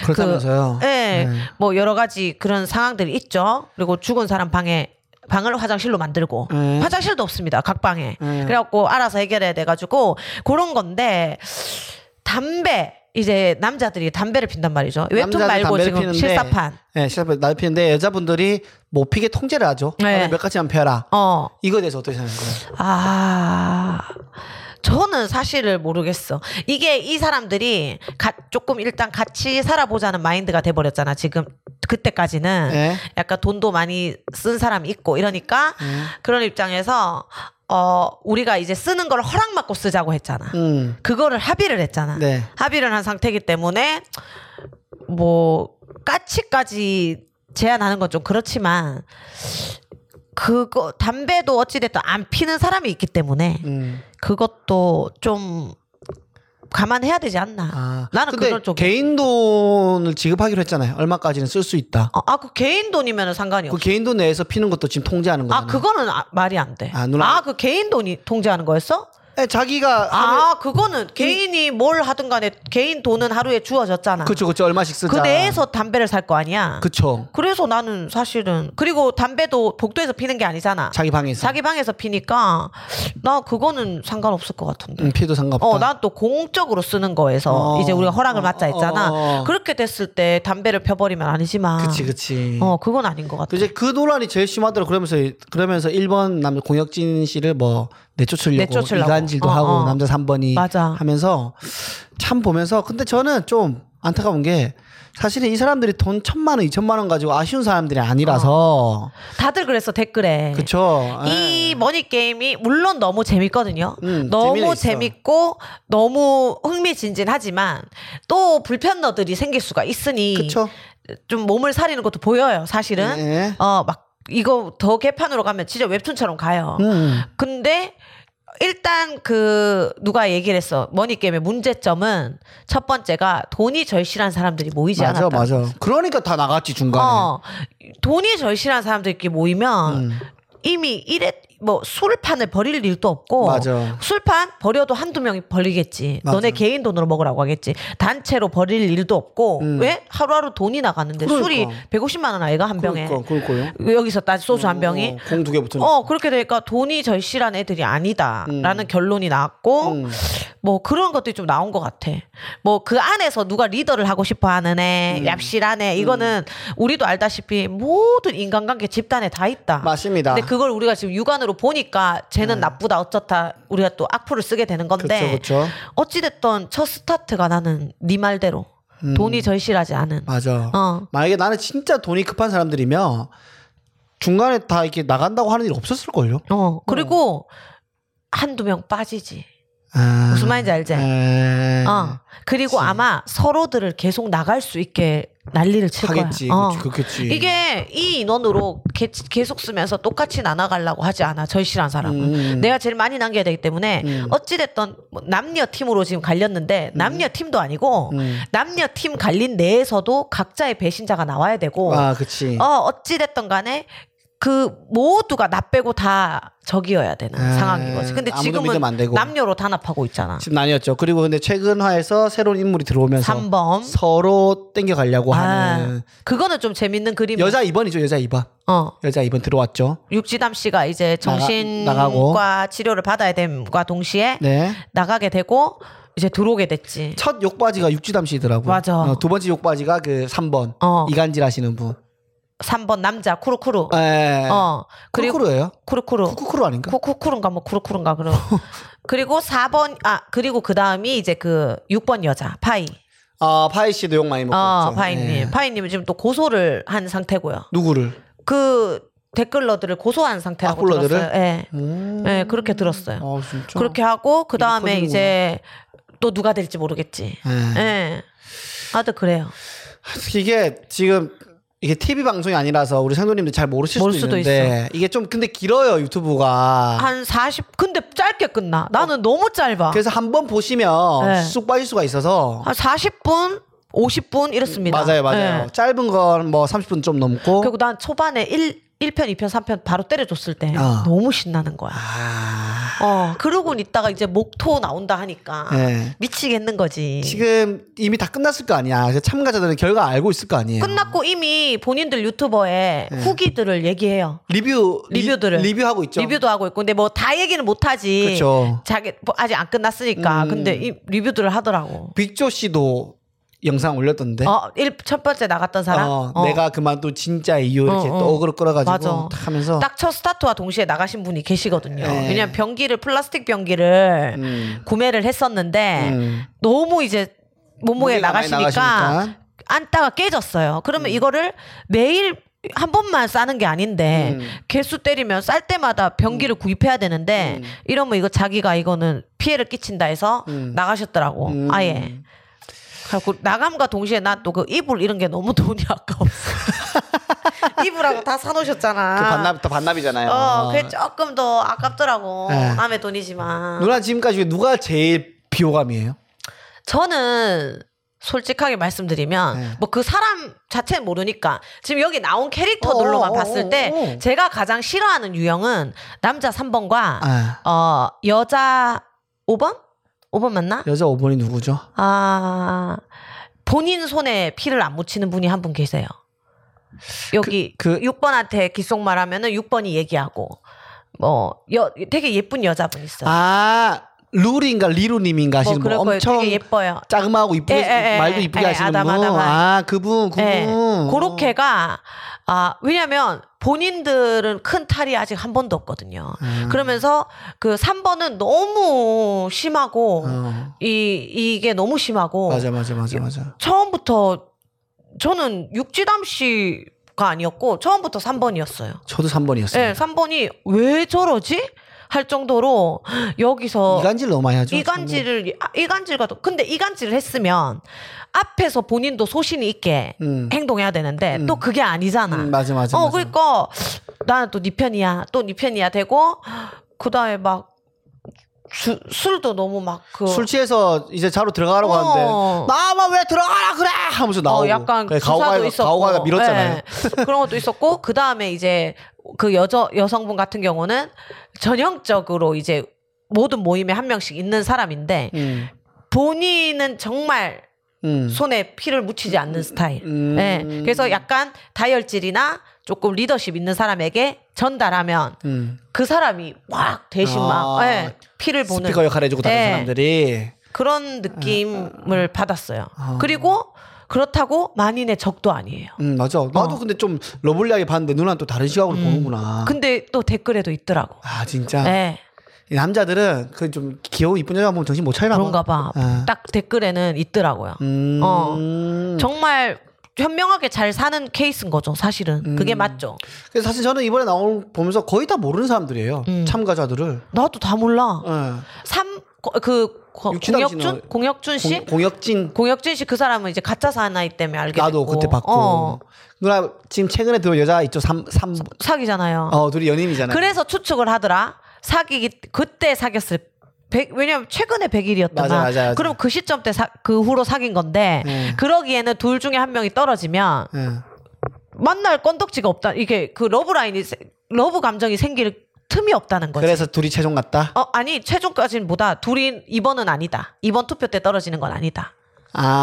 Speaker 1: 그렇다면서요.
Speaker 2: 그, 예.
Speaker 1: 네.
Speaker 2: 뭐 여러 가지 그런 상황들이 있죠. 그리고 죽은 사람 방에 방을 화장실로 만들고
Speaker 1: 음.
Speaker 2: 화장실도 없습니다. 각 방에.
Speaker 1: 네.
Speaker 2: 그래갖고 알아서 해결해야 돼가지고 그런 건데 담배 이제 남자들이 담배를 핀단 말이죠. 네, 웹툰
Speaker 1: 남자들
Speaker 2: 말고
Speaker 1: 담배를
Speaker 2: 지금
Speaker 1: 피는데,
Speaker 2: 실사판.
Speaker 1: 네, 실사판 날 피는데 여자분들이 못 피게 통제를 하죠.
Speaker 2: 네.
Speaker 1: 네. 몇 가지만 피워라.
Speaker 2: 어.
Speaker 1: 이거에 대해서 어떻게 생각하세요?
Speaker 2: 아, 저는 사실을 모르겠어. 이게 이 사람들이 가- 조금 일단 같이 살아보자는 마인드가 돼버렸잖아. 지금 그때까지는
Speaker 1: 네. 음.
Speaker 2: 약간 돈도 많이 쓴 사람이 있고 이러니까 그런 입장에서 어 우리가 이제 쓰는 걸 허락받고 쓰자고 했잖아.
Speaker 1: 음.
Speaker 2: 그거를 합의를 했잖아.
Speaker 1: 네.
Speaker 2: 합의를 한 상태이기 때문에 뭐 까치까지 제한하는 건 좀 그렇지만 그거 담배도 어찌 됐든 안 피는 사람이 있기 때문에
Speaker 1: 음.
Speaker 2: 그것도 좀 감안해야 되지 않나.
Speaker 1: 아.
Speaker 2: 나는
Speaker 1: 근데
Speaker 2: 그걸 좀
Speaker 1: 개인 돈을 지급하기로 했잖아요. 얼마까지는 쓸 수 있다.
Speaker 2: 어, 아, 그 개인 돈이면 상관이
Speaker 1: 그
Speaker 2: 없어.
Speaker 1: 개인 돈 내에서 피는 것도 지금 통제하는 거잖아요.
Speaker 2: 그렇죠. 아, 그거는 아, 말이 안 돼.
Speaker 1: 아,
Speaker 2: 아,
Speaker 1: 누나.
Speaker 2: 그 개인 돈이 통제하는 거였어?
Speaker 1: 네, 자기가 하루에-
Speaker 2: 아, 그거는 개인이 뭘 하든 간에 개인 돈은 하루에 주어졌잖아.
Speaker 1: 그쵸 그쵸 얼마씩 쓰자.
Speaker 2: 그 내에서 담배를 살 거 아니야.
Speaker 1: 그쵸.
Speaker 2: 그래서 나는 사실은 그리고 담배도 복도에서 피는 게 아니잖아.
Speaker 1: 자기 방에서.
Speaker 2: 자기 방에서 피니까 나 그거는 상관없을 것 같은데.
Speaker 1: 음, 피도 상관없다.
Speaker 2: 어, 난 또 공적으로 쓰는 거에서
Speaker 1: 어.
Speaker 2: 이제 우리가 허락을
Speaker 1: 어,
Speaker 2: 받자 했잖아.
Speaker 1: 어, 어.
Speaker 2: 그렇게 됐을 때 담배를 펴버리면 아니지만.
Speaker 1: 그치 그치.
Speaker 2: 어, 그건 아닌 것 같아.
Speaker 1: 이제 그 논란이 제일 심하더라. 그러면서 그러면서 1번 남자 공혁진 씨를 뭐 내쫓으려고,
Speaker 2: 내쫓으려고.
Speaker 1: 이간질도
Speaker 2: 어,
Speaker 1: 하고
Speaker 2: 어.
Speaker 1: 남자 3번이
Speaker 2: 맞아.
Speaker 1: 하면서 참 보면서 근데 저는 좀 안타까운 게 사실은 이 사람들이 돈 천만 원, 이천만 원 가지고 아쉬운 사람들이 아니라서 네.
Speaker 2: 다들 그랬어, 댓글에.
Speaker 1: 그쵸.
Speaker 2: 이 머니 게임이 물론 너무 재밌거든요.
Speaker 1: 네. 음, 재미는
Speaker 2: 너무
Speaker 1: 있어.
Speaker 2: 재밌고 너무 흥미진진하지만 또 불편너들이 생길 수가 있으니
Speaker 1: 예. 그쵸.
Speaker 2: 좀 몸을 사리는 것도 보여요. 사실은
Speaker 1: 네.
Speaker 2: 어 막 이거 더 개판으로 가면 진짜 웹툰처럼 가요.
Speaker 1: 음.
Speaker 2: 근데 일단 그 누가 얘기를 했어 머니 게임의 문제점은 첫 번째가 돈이 절실한 사람들이 모이지
Speaker 1: 맞아
Speaker 2: 않았다.
Speaker 1: 맞아. 그러니까 다 나갔지 중간에.
Speaker 2: 어 돈이 절실한 사람들끼리 모이면
Speaker 1: 네. 음.
Speaker 2: 이미 이래 뭐 술판을 버릴 일도 없고
Speaker 1: 맞아.
Speaker 2: 술판 버려도 한두 명이 벌리겠지
Speaker 1: 맞아.
Speaker 2: 너네 개인 돈으로 먹으라고 하겠지 단체로 버릴 일도 없고
Speaker 1: 음.
Speaker 2: 왜 하루하루 돈이 나가는데
Speaker 1: 그러니까.
Speaker 2: 술이 150만 원 아이가 한 병에
Speaker 1: 그러니까 그럴거요.
Speaker 2: 여기서 따 소주 한 병이
Speaker 1: 공 두 개 붙은.
Speaker 2: 어 그렇게 되니까 돈이 절실한 애들이 아니다라는 결론이 나왔고
Speaker 1: 음.
Speaker 2: 뭐 그런 것들이 좀 나온 것 같아 뭐 그 안에서 누가 리더를 하고 싶어 하는 애
Speaker 1: 음.
Speaker 2: 얍실한 애 이거는 우리도 알다시피 모든 인간관계 집단에 다 있다
Speaker 1: 맞습니다.
Speaker 2: 근데 그걸 우리가 지금 육안으로 보니까 쟤는 나쁘다 어쩌다 우리가 또 악플을 쓰게 되는
Speaker 1: 음. 그쵸
Speaker 2: 건데
Speaker 1: 그쵸.
Speaker 2: 어찌됐던 첫 스타트가 나는 네 말대로 돈이 절실하지 않은
Speaker 1: 음. 맞아.
Speaker 2: 어.
Speaker 1: 만약에 나는 진짜 돈이 급한 사람들이면 중간에 다 이렇게 나간다고 하는 일 없었을 걸요.
Speaker 2: 어 그리고 한두 명 빠지지
Speaker 1: 아,
Speaker 2: 무슨 말인지 알지?
Speaker 1: 에...
Speaker 2: 어. 그리고 아마 서로들을 계속 나갈 수 있게 난리를 칠
Speaker 1: 하겠지.
Speaker 2: 거야. 어.
Speaker 1: 그치, 그렇겠지.
Speaker 2: 이게 이 인원으로 개- 계속 쓰면서 똑같이 나눠가려고 하지 않아 절실한 사람은
Speaker 1: 음.
Speaker 2: 내가 제일 많이 남겨야 되기 때문에
Speaker 1: 음.
Speaker 2: 어찌됐던 뭐 남녀 팀으로 지금 갈렸는데 남녀 팀도 아니고
Speaker 1: 음.
Speaker 2: 남녀 팀 갈린 내에서도 각자의 배신자가 나와야 되고
Speaker 1: 아, 그치.
Speaker 2: 어 어찌됐던 간에 그 모두가 나 빼고 다 적이어야 되는
Speaker 1: 아,
Speaker 2: 상황인 거지 근데
Speaker 1: 아무도
Speaker 2: 지금은
Speaker 1: 믿으면 안 되고.
Speaker 2: 남녀로 단합하고 있잖아
Speaker 1: 지금 나뉘었죠. 그리고 근데 최근화에서 새로운 인물이 들어오면서
Speaker 2: 3범
Speaker 1: 서로 땡겨가려고
Speaker 2: 아, 뭐?
Speaker 1: 하는
Speaker 2: 그거는 좀 재밌는 그림.
Speaker 1: 여자 2번이죠. 여자 2번.
Speaker 2: 어.
Speaker 1: 여자 2번 들어왔죠.
Speaker 2: 육지담 씨가 이제
Speaker 1: 나가- 나가고.
Speaker 2: 정신과 치료를 받아야 됨과 동시에
Speaker 1: 네.
Speaker 2: 나가게 되고 이제 들어오게 됐지.
Speaker 1: 첫 욕바지가 육지담 씨더라고요.
Speaker 2: 맞아.
Speaker 1: 어, 두 번째 욕바지가 그 3번.
Speaker 2: 어.
Speaker 1: 이간질 하시는 분.
Speaker 2: 3번 남자 쿠루쿠루.
Speaker 1: 에.
Speaker 2: 어. 그리고
Speaker 1: 아, 네. 쿠쿠루예요?
Speaker 2: 쿠루쿠루.
Speaker 1: 쿠쿠쿠루 아닌가?
Speaker 2: 쿠쿠쿠루인가 뭐 쿠루쿠루인가 그런. 그리고 4번 아 그리고 그 다음이 이제 그 6번 여자 파이.
Speaker 1: 아 파이 씨도 욕 많이 먹고
Speaker 2: 어
Speaker 1: 있죠.
Speaker 2: 파이님.
Speaker 1: 예.
Speaker 2: 파이님은 지금 또 고소를 한 상태고요.
Speaker 1: 누구를?
Speaker 2: 그 댓글러들을 고소한 상태라고
Speaker 1: 악플러들을?
Speaker 2: 들었어요. 예.
Speaker 1: 음.
Speaker 2: 예, 그렇게 들었어요.
Speaker 1: 아 진짜.
Speaker 2: 그렇게 하고 그 다음에
Speaker 1: 커지는구나.
Speaker 2: 이제 또 누가 될지 모르겠지.
Speaker 1: 예.
Speaker 2: 예. 하여튼 그래요.
Speaker 1: 이게 지금 이게 TV 방송이 아니라서 우리 상도님들 잘 모르실 수도,
Speaker 2: 모를 수도 아.
Speaker 1: 있는데 이게 좀 근데 길어요 유튜브가.
Speaker 2: 한 40, 근데 짧게 끝나. 나는 너무 짧아.
Speaker 1: 아. 어. 그래서 한번 보시면
Speaker 2: 네.
Speaker 1: 쑥 빠질 수가 있어서.
Speaker 2: 한 40분, 50분 이렇습니다.
Speaker 1: 맞아요, 맞아요.
Speaker 2: 예.
Speaker 1: 짧은 건 뭐 30분 좀 넘고.
Speaker 2: 그리고 난 초반에 1, 일편 2편, 3편 바로 때려줬을 때
Speaker 1: 어.
Speaker 2: 너무 신나는 거야.
Speaker 1: 아.
Speaker 2: 어, 그러고 있다가 이제 목토 나온다 하니까
Speaker 1: 예.
Speaker 2: 미치겠는 거지.
Speaker 1: 지금 이미 다 끝났을 거 아니야. 그래서 참가자들은 결과 알고 있을 거 아니에요.
Speaker 2: 끝났고 이미 본인들 유튜버에
Speaker 1: 네.
Speaker 2: 후기들을 얘기해요.
Speaker 1: 리뷰 리-
Speaker 2: 리뷰들을.
Speaker 1: 리뷰하고 있죠.
Speaker 2: 리뷰도 하고 있고 근데 뭐 다 얘기는 못 하지.
Speaker 1: 그쵸. 음.
Speaker 2: 자기 뭐 아직 안 끝났으니까. 근데 이 리뷰들을 하더라고.
Speaker 1: 빅조 씨도 영상 올렸던데.
Speaker 2: 어, 일, 첫 번째 나갔던 사람.
Speaker 1: 네? 어,
Speaker 2: 어.
Speaker 1: 내가 그만둔 진짜 이유 이렇게
Speaker 2: 어, 어.
Speaker 1: 또 어그로 끌어가지고
Speaker 2: 맞아.
Speaker 1: 탁 하면서
Speaker 2: 딱 첫 스타트와 동시에 나가신 분이 계시거든요.
Speaker 1: 네.
Speaker 2: 왜냐면 변기를 플라스틱 변기를
Speaker 1: 음.
Speaker 2: 구매를 했었는데
Speaker 1: 음.
Speaker 2: 너무 이제 몸무게
Speaker 1: 무게가 많이
Speaker 2: 나가시니까
Speaker 1: 나가시니까. 음.
Speaker 2: 안다가 깨졌어요. 그러면 이거를 매일 한 번만 싸는 게 아닌데
Speaker 1: 음.
Speaker 2: 개수 때리면 쌀 때마다 변기를 구입해야 되는데
Speaker 1: 음.
Speaker 2: 이러면 이거 자기가 이거는 피해를 끼친다 해서
Speaker 1: 음.
Speaker 2: 나가셨더라고 아예 그래고 나감과 동시에 난 또 그 이불 이런 게 너무 돈이 아까웠어 이불하고 다 사놓으셨잖아
Speaker 1: 그 반납 다 반납이잖아요.
Speaker 2: 어 그게 조금 더 아깝더라고
Speaker 1: 네.
Speaker 2: 남의 돈이지만
Speaker 1: 누나 지금까지 누가 제일 비호감이에요?
Speaker 2: 저는 솔직하게 말씀드리면
Speaker 1: 네.
Speaker 2: 뭐 그 사람 자체는 모르니까 지금 여기 나온 캐릭터들로만
Speaker 1: 어어,
Speaker 2: 봤을 때
Speaker 1: 어어.
Speaker 2: 제가 가장 싫어하는 유형은 남자 3번과
Speaker 1: 아,
Speaker 2: 어 여자 5번? 5번 맞나?
Speaker 1: 여자 5번이 누구죠?
Speaker 2: 아 본인 손에 피를 안 묻히는 분이 한 분 계세요. 여기 그,
Speaker 1: 그- 그-
Speaker 2: 6번한테 귓속말하면은 6번이 얘기하고 뭐 여, 되게 예쁜 여자분 있어요.
Speaker 1: 아 루리인가 리루님인가 하시는
Speaker 2: 네. 뭐 그럴
Speaker 1: 분
Speaker 2: 거예요.
Speaker 1: 엄청
Speaker 2: 되게 예뻐요.
Speaker 1: 짜그마하고 이쁘게
Speaker 2: 예, 예, 예,
Speaker 1: 말도 이쁘게
Speaker 2: 예,
Speaker 1: 하시는
Speaker 2: 아담,
Speaker 1: 분.
Speaker 2: 아담,
Speaker 1: 아 그분 그분.
Speaker 2: 네.
Speaker 1: 음.
Speaker 2: 그렇게가 아 왜냐면 본인들은 큰 탈이 아직 한 번도 없거든요.
Speaker 1: 음.
Speaker 2: 그러면서 그 3번은 너무 심하고
Speaker 1: 어.
Speaker 2: 이 이게 너무 심하고
Speaker 1: 맞아 맞아
Speaker 2: 예.
Speaker 1: 맞아 맞아.
Speaker 2: 처음부터 저는 육지담 씨가 아니었고 처음부터 3번이었어요.
Speaker 1: 저도 3번이었어요.
Speaker 2: 예, 3번이 왜 저러지? 할 정도로 여기서
Speaker 1: 이간질 너무 많이 하죠.
Speaker 2: 어. 이간질을 아, 이간질과 도 근데 이간질을 했으면 앞에서 본인도 소신이 있게
Speaker 1: 음.
Speaker 2: 행동해야 되는데
Speaker 1: 음.
Speaker 2: 또 그게 아니잖아.
Speaker 1: 음, 맞아 맞아.
Speaker 2: 어
Speaker 1: 맞아.
Speaker 2: 그러니까 나는 또 네 편이야, 또 네 편이야 되고 그다음에 막 주- 술도 너무 막그
Speaker 1: 술 취해서 이제 자로 들어가라고
Speaker 2: 어.
Speaker 1: 하는데 나만 왜 들어가라 그래 하면서 나오고
Speaker 2: 어, 약간
Speaker 1: 그래,
Speaker 2: 가오가이가,
Speaker 1: 가오가이가-
Speaker 2: 수사도 있었고
Speaker 1: 가오가이가 밀었잖아요.
Speaker 2: 예. 그런 것도 있었고 그 다음에 이제 그 여자 여성분 같은 경우는 전형적으로 이제 모든 모임에 한 명씩 있는 사람인데
Speaker 1: 음,
Speaker 2: 본인은 정말
Speaker 1: 음.
Speaker 2: 손에 피를 묻히지 않는 스타일.
Speaker 1: 음.
Speaker 2: 예. 그래서 약간 다혈질이나 조금 리더십 있는 사람에게 전달하면
Speaker 1: 음.
Speaker 2: 그 사람이 막 대신 막
Speaker 1: 아,
Speaker 2: 예, 피를 보는
Speaker 1: 스피커 역할 해주고 다른
Speaker 2: 예.
Speaker 1: 사람들이
Speaker 2: 그런
Speaker 1: 아.
Speaker 2: 느낌을 받았어요. 그리고 그렇다고 만인의 적도 아니에요.
Speaker 1: 음 맞아 나도 근데 좀 러블리하게 봤는데 누나는 또 다른 시각으로 보는구나
Speaker 2: 음. 근데 또 댓글에도 있더라고.
Speaker 1: 아 진짜
Speaker 2: 예.
Speaker 1: 이 남자들은 그 좀 귀여운 이쁜 여자 보면 정신 못 차리나
Speaker 2: 그런가 봐.
Speaker 1: 아.
Speaker 2: 딱 댓글에는 있더라고요.
Speaker 1: 음.
Speaker 2: 어. 정말 현명하게 잘 사는 케이스인 거죠, 사실은.
Speaker 1: 음.
Speaker 2: 그게 맞죠.
Speaker 1: 그래서 사실 저는 이번에 나온 보면서 거의 다 모르는 사람들이에요
Speaker 2: 음.
Speaker 1: 참가자들을
Speaker 2: 나도 다 몰라.
Speaker 1: 예.
Speaker 2: 삼, 거- 그, 거-
Speaker 1: 육지당
Speaker 2: 공혁준?
Speaker 1: 씨는
Speaker 2: 공혁준 씨?
Speaker 1: 공, 혁진
Speaker 2: 공... 혁준씨 그 사람은 이제 가짜 사나이 때문에 알게
Speaker 1: 나도
Speaker 2: 됐고.
Speaker 1: 그때 봤고
Speaker 2: 어,
Speaker 1: 누나 지금 최근에 들어온 여자 있죠 삼 삼
Speaker 2: 사귀잖아요.
Speaker 1: 어, 둘이 연인이잖아요
Speaker 2: 그래서 추측을 하더라. 사귀기, 그때 사귀었을, 백- 왜냐면 최근에 100일이었더만.
Speaker 1: 맞아, 맞아, 맞아.
Speaker 2: 그럼 그 시점 때, 사, 그 후로 사귄 건데,
Speaker 1: 네.
Speaker 2: 그러기에는 둘 중에 한 명이 떨어지면,
Speaker 1: 예.
Speaker 2: 만날 건덕지가 없다. 이게 그 러브라인이, 세- 러브 감정이 생길 틈이 없다는 거지.
Speaker 1: 그래서 둘이 최종 같다
Speaker 2: 어, 아니, 최종까지는 뭐다. 둘이 이번은 아니다. 이번 투표 때 떨어지는 건 아니다.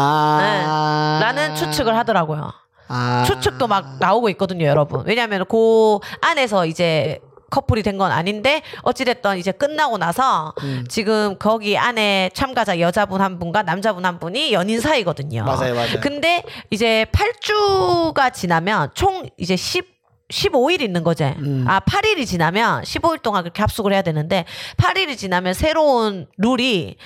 Speaker 1: 아
Speaker 2: 라는 추측을 하더라고요.
Speaker 1: 아.
Speaker 2: 추측도 막 나오고 있거든요, 여러분. 왜냐하면 그 안에서 이제 커플이 된 건 아닌데 어찌됐든 이제 끝나고 나서
Speaker 1: 음.
Speaker 2: 지금 거기 안에 참가자 여자분 한 분과 남자분 한 분이 연인 사이거든요.
Speaker 1: 맞아요, 맞아요.
Speaker 2: 근데 이제 8주가 지나면 총 이제 10 15일 있는 거지. 아, 8일이 지나면 15일 동안 그렇게 합숙을 해야 되는데 8일이 지나면 새로운 룰이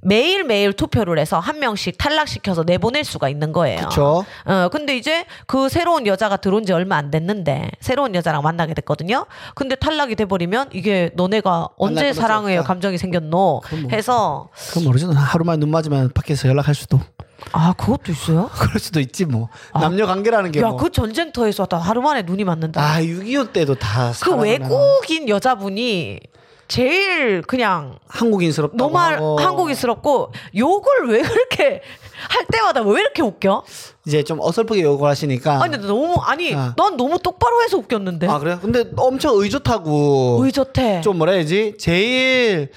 Speaker 2: 매일매일 투표를 해서 한 명씩 탈락시켜서 내보낼 수가 있는 거예요.
Speaker 1: 그쵸.
Speaker 2: 어, 근데 이제 그 새로운 여자가 들어온 지 얼마 안 됐는데 새로운 여자랑 만나게 됐거든요. 근데 탈락이 돼버리면 이게 뭐. 너네가 언제
Speaker 1: 만날 가능성이
Speaker 2: 사랑해요
Speaker 1: 없다.
Speaker 2: 감정이 생겼노 해서
Speaker 1: 그건 모르지 누나 하루만 눈 맞으면 밖에서 연락할 수도
Speaker 2: 아 그것도 있어요?
Speaker 1: 그럴 수도 있지 뭐 남녀 관계라는 게
Speaker 2: 아. 야
Speaker 1: 뭐
Speaker 2: 그 전쟁터에서 다 하루 만에 눈이 맞는다.
Speaker 1: 아, 6.25 때도 다.
Speaker 2: 그
Speaker 1: 사랑하나.
Speaker 2: 외국인 여자분이 제일 그냥
Speaker 1: 아, 한국인스럽다.
Speaker 2: 너무 한국인스럽고 욕을 왜 그렇게 할 때마다 왜 이렇게 웃겨?
Speaker 1: 이제 좀 어설프게 욕을 하시니까.
Speaker 2: 아니 너무 아니
Speaker 1: 아.
Speaker 2: 난 너무 똑바로 해서 웃겼는데
Speaker 1: 아, 그래요? 근데 엄청 의젓하고.
Speaker 2: 의젓해.
Speaker 1: 좀 뭐라 해야지? 제일,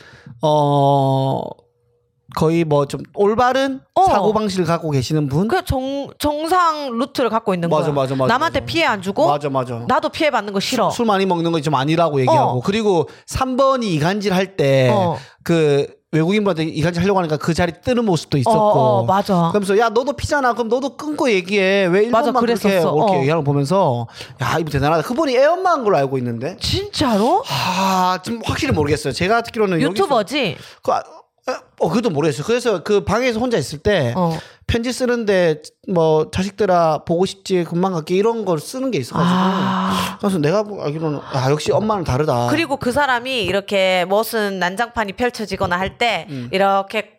Speaker 1: 어, 거의 뭐 좀 올바른
Speaker 2: 어.
Speaker 1: 사고방식을 갖고 계시는 분?
Speaker 2: 그 정 정상 루트를 갖고 있는
Speaker 1: 맞아,
Speaker 2: 거야.
Speaker 1: 맞아, 맞아,
Speaker 2: 남한테
Speaker 1: 맞아.
Speaker 2: 피해 안 주고
Speaker 1: 맞아, 맞아.
Speaker 2: 나도 피해 받는 거 싫어.
Speaker 1: 술 많이 먹는 거 좀 아니라고 얘기하고.
Speaker 2: 어.
Speaker 1: 그리고 3번이 이간질 할 때,
Speaker 2: 어.
Speaker 1: 그 외국인분한테 이간질 하려고 하니까 그 자리 뜨는 모습도 있었고.
Speaker 2: 어, 어, 맞아.
Speaker 1: 그러면서 야 너도 피잖아. 그럼 너도 끊고 얘기해. 왜
Speaker 2: 맞아,
Speaker 1: 일본만 그렇게 뭐 이렇게
Speaker 2: 그랬었어. 어.
Speaker 1: 얘기하는 거 보면서 야 이분 대단하다. 그분이 애엄마인 걸로 알고 있는데.
Speaker 2: 진짜로?
Speaker 1: 아 지금 확실히 모르겠어요. 제가 듣기로는 여기서-
Speaker 2: 유튜버지?
Speaker 1: 그, 아, 어, 그것도 모르겠어요. 그래서 그 방에서 혼자 있을 때
Speaker 2: 어.
Speaker 1: 편지 쓰는데 뭐 자식들아 보고 싶지 금방 갈게 이런 걸 쓰는 게 있어가지고
Speaker 2: 아.
Speaker 1: 그래서 내가 보- 알기로는 아 역시 엄마는 다르다.
Speaker 2: 그리고 그 사람이 이렇게 멋은 난장판이 펼쳐지거나 할 때
Speaker 1: 음.
Speaker 2: 이렇게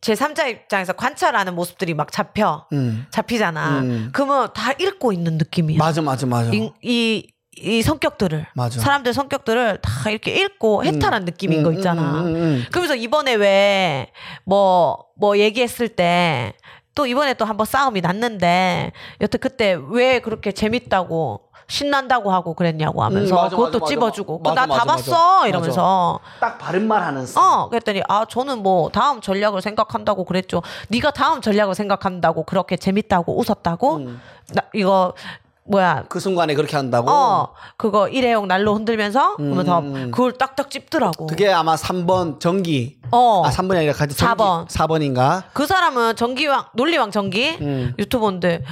Speaker 2: 제 3자 입장에서 관찰하는 모습들이 막 잡혀
Speaker 1: 음.
Speaker 2: 잡히잖아.
Speaker 1: 음.
Speaker 2: 그러면 다 읽고 있는 느낌이야.
Speaker 1: 맞아 맞아 맞아.
Speaker 2: 이, 이, 이 성격들을
Speaker 1: 맞아.
Speaker 2: 사람들 성격들을 다 이렇게 읽고 해탈한 느낌인 거
Speaker 1: 음,
Speaker 2: 있잖아.
Speaker 1: 음, 음, 음.
Speaker 2: 그러면서 이번에 왜 뭐 뭐 얘기했을 때 또 이번에 또 한번 싸움이 났는데 여태 그때 왜 그렇게 재밌다고 신난다고 하고 그랬냐고 하면서
Speaker 1: 음, 맞아,
Speaker 2: 그것도
Speaker 1: 맞아, 맞아.
Speaker 2: 찝어주고
Speaker 1: 맞아,
Speaker 2: 나다
Speaker 1: 맞아,
Speaker 2: 봤어
Speaker 1: 맞아.
Speaker 2: 이러면서
Speaker 1: 딱 바른 말 하는 사-
Speaker 2: 어 그랬더니 아 저는 뭐 다음 전략을 생각한다고 그랬죠 네가 다음 전략을 생각한다고 그렇게 재밌다고 웃었다고
Speaker 1: 음.
Speaker 2: 나 이거 뭐야
Speaker 1: 그 순간에 그렇게 한다고.
Speaker 2: 어 그거 일회용 난로 흔들면서 그러면서 그걸 딱딱 찝더라고
Speaker 1: 음. 그게 아마 3번 전기.
Speaker 2: 어.
Speaker 1: 아 3번이 아니라 같이
Speaker 2: 사 번.
Speaker 1: 4번인가?
Speaker 2: 그 사람은 전기왕 논리왕 전기 유튜버인데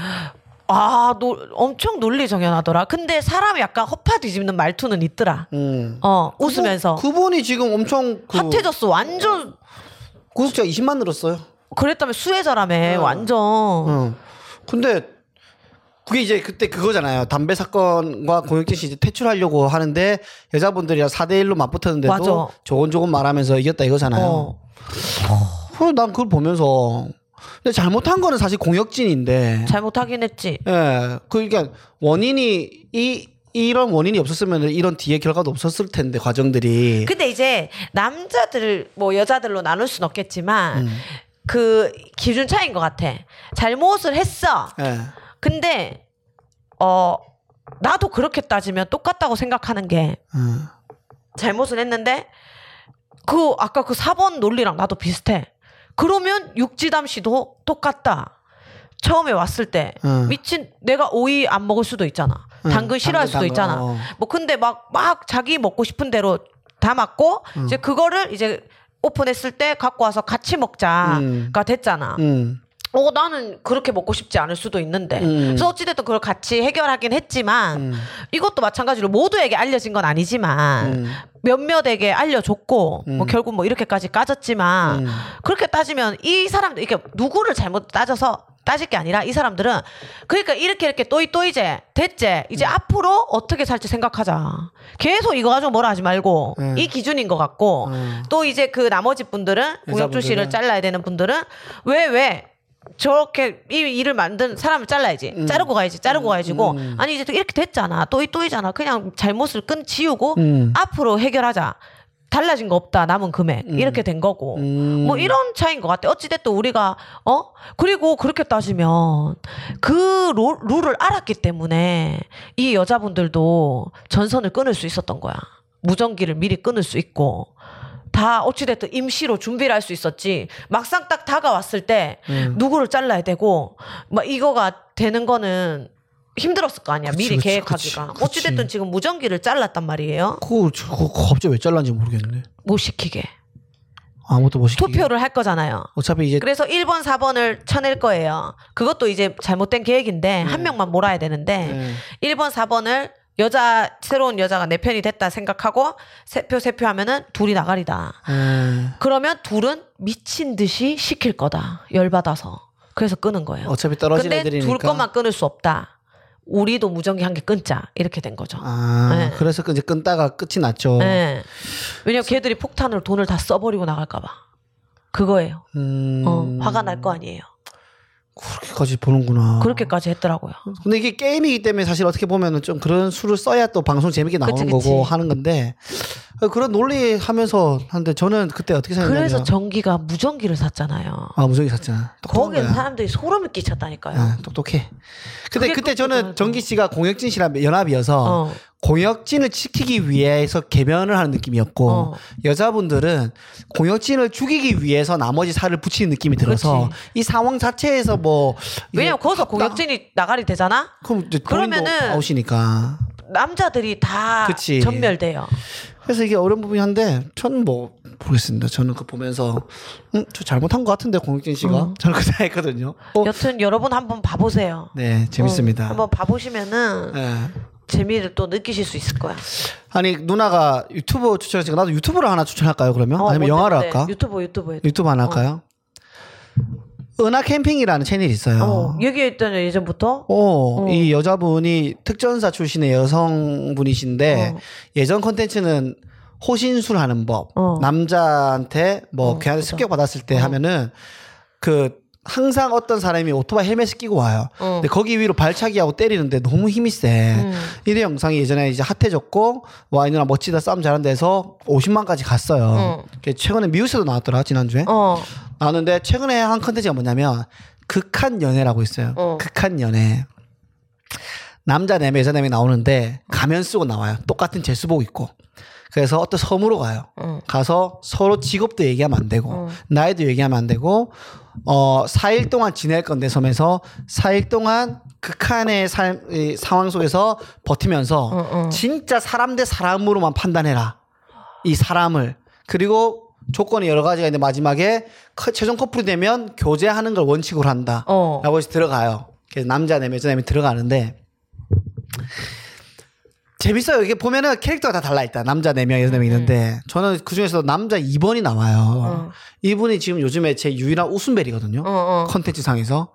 Speaker 2: 아 노, 엄청 논리 정연하더라. 근데 사람 약간 허파 뒤집는 말투는 있더라.
Speaker 1: 음.
Speaker 2: 어 웃으면서
Speaker 1: 그분- 그분이 지금 엄청 그
Speaker 2: 핫해졌어. 완전
Speaker 1: 구독자 20만 늘었어요.
Speaker 2: 그랬다며 수혜자라며 완전
Speaker 1: 응. 근데 그게 이제 그때 그거잖아요. 담배 사건과 공익진 씨 이제 퇴출하려고 하는데 여자분들이랑 4대 1로 맞붙었는데도
Speaker 2: 맞아.
Speaker 1: 조곤조곤 말하면서 이겼다 이거잖아요.
Speaker 2: 어.
Speaker 1: 그래서 난 그걸 보면서 근데 잘못한 거는 사실 공혁진인데
Speaker 2: 잘못하긴 했지.
Speaker 1: 예. 그러니까 원인이 이 이런 원인이 없었으면 이런 뒤에 결과도 없었을 텐데 과정들이
Speaker 2: 근데 이제 남자들 뭐 여자들로 나눌 순 없겠지만 그 기준 차인 것 같아. 잘못을 했어.
Speaker 1: 예.
Speaker 2: 근데 어 나도 그렇게 따지면 똑같다고 생각하는 게
Speaker 1: 음.
Speaker 2: 잘못을 했는데 그 아까 그 4번 논리랑 나도 비슷해. 그러면 육지담 씨도 똑같다. 처음에 왔을 때
Speaker 1: 음.
Speaker 2: 미친 내가 오이 안 먹을 수도 있잖아.
Speaker 1: 음,
Speaker 2: 당근 싫어할 수도
Speaker 1: 당근,
Speaker 2: 있잖아.
Speaker 1: 당근, 어.
Speaker 2: 뭐 근데 막 막 자기 먹고 싶은 대로 담았고 이제 그거를 이제 오픈했을 때 갖고 와서 같이 먹자가
Speaker 1: 음.
Speaker 2: 됐잖아.
Speaker 1: 음.
Speaker 2: 어 나는 그렇게 먹고 싶지 않을 수도 있는데
Speaker 1: 음.
Speaker 2: 그래서 어찌됐든 그걸 같이 해결하긴 했지만 이것도 마찬가지로 모두에게 알려진 건 아니지만
Speaker 1: 음.
Speaker 2: 몇몇에게 알려줬고 뭐 결국 뭐 이렇게까지 까졌지만
Speaker 1: 음.
Speaker 2: 그렇게 따지면 이 사람들 이게 누구를 잘못 따져서 따질 게 아니라 이 사람들은 그러니까 이렇게 이렇게 또이 또 이제 됐제
Speaker 1: 음.
Speaker 2: 이제 앞으로 어떻게 살지 생각하자 계속 이거 가지고 뭐라 하지 말고
Speaker 1: 음.
Speaker 2: 이 기준인 것 같고
Speaker 1: 음.
Speaker 2: 또 이제 그 나머지 분들은 공혁준 씨를
Speaker 1: 여자분들은.
Speaker 2: 잘라야 되는 분들은 왜 왜 저렇게 이 일을 만든 사람을 잘라야지 자르고 가야지 자르고 가야지고 아니 이제 또 이렇게 됐잖아 또이 또이잖아 그냥 잘못을 끈 지우고
Speaker 1: 음.
Speaker 2: 앞으로 해결하자 달라진 거 없다 남은 금액 이렇게 된 거고
Speaker 1: 음.
Speaker 2: 뭐 이런 차이인 것 같아 어찌됐든 우리가 어 그리고 그렇게 따지면 그 롤- 룰을 알았기 때문에 이 여자분들도 전선을 끊을 수 있었던 거야 무전기를 미리 끊을 수 있고 다 어찌됐든 임시로 준비를 할 수 있었지 막상 딱 다가왔을 때
Speaker 1: 음.
Speaker 2: 누구를 잘라야 되고 막 이거가 되는 거는 힘들었을 거 아니야
Speaker 1: 그치,
Speaker 2: 미리
Speaker 1: 그치,
Speaker 2: 계획하기가
Speaker 1: 그치, 그치.
Speaker 2: 어찌됐든 지금 무전기를 잘랐단 말이에요
Speaker 1: 그거 저거 갑자기 왜 잘랐는지 모르겠네.
Speaker 2: 못 시키게
Speaker 1: 아무것도 못 시키게.
Speaker 2: 투표를 할 거잖아요
Speaker 1: 어차피 이제
Speaker 2: 그래서 1번 4번을 쳐낼 거예요 그것도 이제 잘못된 계획인데
Speaker 1: 네.
Speaker 2: 한 명만 몰아야 되는데
Speaker 1: 음.
Speaker 2: 1번 4번을 여자 새로운 여자가 내 편이 됐다 생각하고 세표 세표 하면은 둘이 나가리다
Speaker 1: 음.
Speaker 2: 그러면 둘은 미친 듯이 시킬 거다. 열받아서. 그래서 끄는 거예요.
Speaker 1: 어차피 떨어진
Speaker 2: 근데
Speaker 1: 애들이니까.
Speaker 2: 둘 것만 끊을 수 없다. 우리도 무전기 한 개 끊자. 이렇게 된 거죠.
Speaker 1: 아,
Speaker 2: 네.
Speaker 1: 그래서 그 이제 끈다가 끝이 났죠.
Speaker 2: 예. 왜냐면 걔들이 폭탄으로 돈을 다 써버리고 나갈까봐. 그거예요.
Speaker 1: 음,
Speaker 2: 어, 화가 날 거 아니에요.
Speaker 1: 그렇게까지 보는구나.
Speaker 2: 그렇게까지 했더라고요.
Speaker 1: 근데 이게 게임이기 때문에 사실 어떻게 보면은 좀 그런 수를 써야 또 방송 재밌게 나오는
Speaker 2: 그치, 그치.
Speaker 1: 거고 하는 건데 어, 그런 논리 하면서 하는데 저는 그때 어떻게 생각했냐면
Speaker 2: 그래서 전기가 무전기를 샀잖아요.
Speaker 1: 아 무전기 샀잖아. 똑똑한
Speaker 2: 거기에
Speaker 1: 거야.
Speaker 2: 사람들이 소름을 끼쳤다니까요.
Speaker 1: 아, 똑똑해. 근데
Speaker 2: 그게 똑똑하다.
Speaker 1: 그때 저는 정기 씨가 공혁진 씨랑 연합이어서
Speaker 2: 어.
Speaker 1: 공혁진을 지키기 위해서 개변을 하는 느낌이었고
Speaker 2: 어.
Speaker 1: 여자분들은 공혁진을 죽이기 위해서 나머지 살을 붙이는 느낌이 들어서
Speaker 2: 그치.
Speaker 1: 이 상황 자체에서 뭐 이게
Speaker 2: 왜냐면 거기서
Speaker 1: 갑다-
Speaker 2: 공혁진이 나가리 되잖아?
Speaker 1: 그럼 이제 그러면은
Speaker 2: 그러면은-
Speaker 1: 아웃이니까
Speaker 2: 남자들이 다
Speaker 1: 그치.
Speaker 2: 전멸돼요.
Speaker 1: 그래서 이게 어려운 부분이 한데 저는 뭐 모르겠습니다. 저는 그 보면서 음, 저 잘못한 것 같은데 공혁진 씨가
Speaker 2: 음.
Speaker 1: 저는 그 생각했거든요. 어,
Speaker 2: 여튼 여러분 한번 봐보세요.
Speaker 1: 네 재밌습니다.
Speaker 2: 어, 한번 봐보시면은
Speaker 1: 예.
Speaker 2: 재미를 또 느끼실 수 있을 거야. 어,
Speaker 1: 아니 누나가 유튜브 추천했으니까 나도 유튜브를 하나 추천할까요 그러면?
Speaker 2: 어,
Speaker 1: 아니면
Speaker 2: 뭐
Speaker 1: 영화를
Speaker 2: 때문에?
Speaker 1: 할까?
Speaker 2: 유튜브 유튜브 해.
Speaker 1: 유튜브 하나 할까요? 은하 캠핑이라는 채널이 있어요.
Speaker 2: 어, 얘기했잖아 예전부터. 어.
Speaker 1: 오, 어, 이 여자분이 특전사 출신의 여성분이신데 예전 컨텐츠는 호신술 하는 법.
Speaker 2: 어.
Speaker 1: 남자한테 뭐 걔한테 습격 받았을 때 하면은 그 항상 어떤 사람이 오토바이 헬멧을 끼고 와요.
Speaker 2: 어. 음.
Speaker 1: 근데 거기 위로 발차기하고 때리는데 너무 힘이 세. 이런 영상이 예전에 이제 핫해졌고 와 이 누나 멋지다 싸움 잘한다 해서 50만까지 갔어요. 그게 최근에 미우스도 나왔더라 지난주에.
Speaker 2: 어.
Speaker 1: 나왔는데 최근에 한 컨텐츠가 뭐냐면 극한 연애라고 있어요.
Speaker 2: 어.
Speaker 1: 극한 연애. 남자 네명 여자 네명 나오는데 가면 쓰고 나와요. 똑같은 제수복 입고. 그래서 어떤 섬으로 가요.
Speaker 2: 어.
Speaker 1: 가서 서로 직업도 얘기하면 안 되고 나이도 얘기하면 안 되고 어 4일 동안 지낼 건데 섬에서 4일 동안 극한의 삶, 이 상황 속에서 버티면서 진짜 사람 대 사람으로만 판단해라. 이 사람을 그리고 조건이 여러 가지가 있는데 마지막에 커- 최종 커플이 되면 교제하는 걸 원칙으로 한다.
Speaker 2: 어.
Speaker 1: 라고 해서 들어가요. 그래서 남자 네명 여자 네명 들어가는데 재밌어요. 이게 보면은 캐릭터가 다 달라 있다. 남자 네명 여자 네명 있는데 저는 그 중에서 남자 2번이 나와요. 이분이 지금 요즘에 제 유일한 웃음벨이거든요.
Speaker 2: 어, 어.
Speaker 1: 컨텐츠 상에서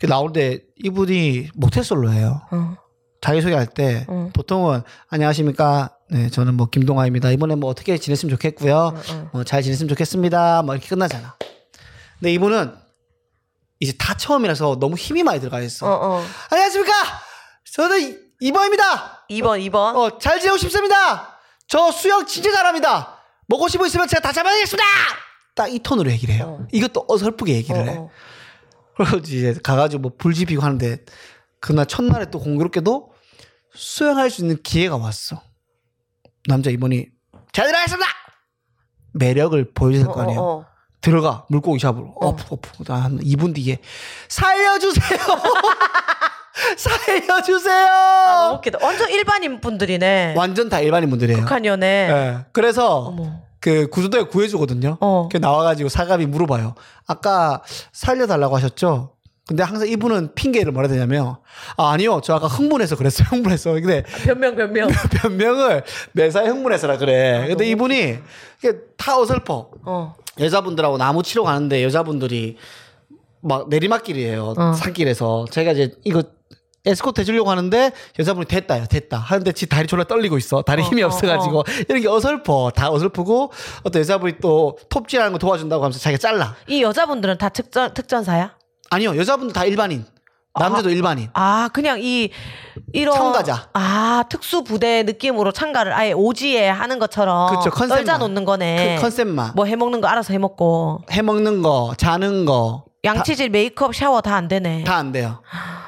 Speaker 1: 그 나올 때 이분이 모태솔로예요.
Speaker 2: 어.
Speaker 1: 자기소개할 때
Speaker 2: 응.
Speaker 1: 보통은 안녕하십니까. 네, 저는 뭐 김동아입니다. 이번에 뭐 어떻게 지냈으면 좋겠고요. 어, 잘 지냈으면 좋겠습니다. 뭐 이렇게 끝나잖아. 근데 이분은 이제 다 처음이라서 너무 힘이 많이 들어가 있어.
Speaker 2: 어, 어.
Speaker 1: 안녕하십니까. 저는 이번입니다.
Speaker 2: 2번 2번.
Speaker 1: 어, 잘 지내고 싶습니다. 저 수영 진짜 잘합니다. 먹고 싶은 거 있으면 제가 다 잡아내겠습니다. 딱 이 톤으로 얘기를 해요.
Speaker 2: 어.
Speaker 1: 이것도 어설프게 얘기를 해.
Speaker 2: 어,
Speaker 1: 그리고 이제 가가지고 뭐 불지피고 하는데 그날 첫날에 또 공교롭게도 수영할 수 있는 기회가 왔어. 남자 이번이 잘 들어가겠습니다. 매력을 보여줄
Speaker 2: 어.
Speaker 1: 거
Speaker 2: 어,
Speaker 1: 아니에요.
Speaker 2: 어, 어.
Speaker 1: 들어가 물고기 잡으러 어프 어프 한 2분 뒤에 살려주세요. 살려주세요.
Speaker 2: 아, 너무 웃기다. 완전 일반인 분들이네.
Speaker 1: 완전 다 일반인 분들이에요.
Speaker 2: 북한 연애.
Speaker 1: 예. 그래서
Speaker 2: 어머.
Speaker 1: 그 구조대에 구해주거든요.
Speaker 2: 어.
Speaker 1: 그 나와가지고 사감이 물어봐요. 아까 살려달라고 하셨죠? 근데 항상 이분은 핑계를 뭐라 해야 되냐면 아, 아니요 저 아까 흥분해서 그랬어요 흥분해서 근데 그
Speaker 2: 변명 변명.
Speaker 1: 변명을 매사에 흥분해서라
Speaker 2: 아,
Speaker 1: 그래 근데 이분이 이게 다 어설퍼
Speaker 2: 어.
Speaker 1: 여자분들하고 나무 치러 가는데 여자분들이 막 내리막길이에요.
Speaker 2: 어.
Speaker 1: 산길에서 제가 이제 이거 에스코트 해주려고 하는데 여자분이 됐다요, 됐다. 하는데 지 다리 졸라 떨리고 있어. 다리 힘이
Speaker 2: 어,
Speaker 1: 없어가지고 이런 게 어설퍼, 다 어설프고 어떤 여자분이 또 톱질하는 거 도와준다고 하면서 자기가 잘라.
Speaker 2: 이 여자분들은 다 특전 특전사야?
Speaker 1: 아니요, 여자분들 다 일반인, 남자도 일반인.
Speaker 2: 아, 그냥 이 이런
Speaker 1: 참가자.
Speaker 2: 아, 특수 부대 느낌으로 참가를 아예 오지에 하는 것처럼
Speaker 1: 그쵸, 컨셉만.
Speaker 2: 떨자 놓는 거네.
Speaker 1: 그 컨셉만
Speaker 2: 뭐 해먹는 거 알아서 해먹고
Speaker 1: 해먹는 거, 자는 거 다 안
Speaker 2: 양치질, 메이크업, 샤워 다 안 되네.
Speaker 1: 돼요.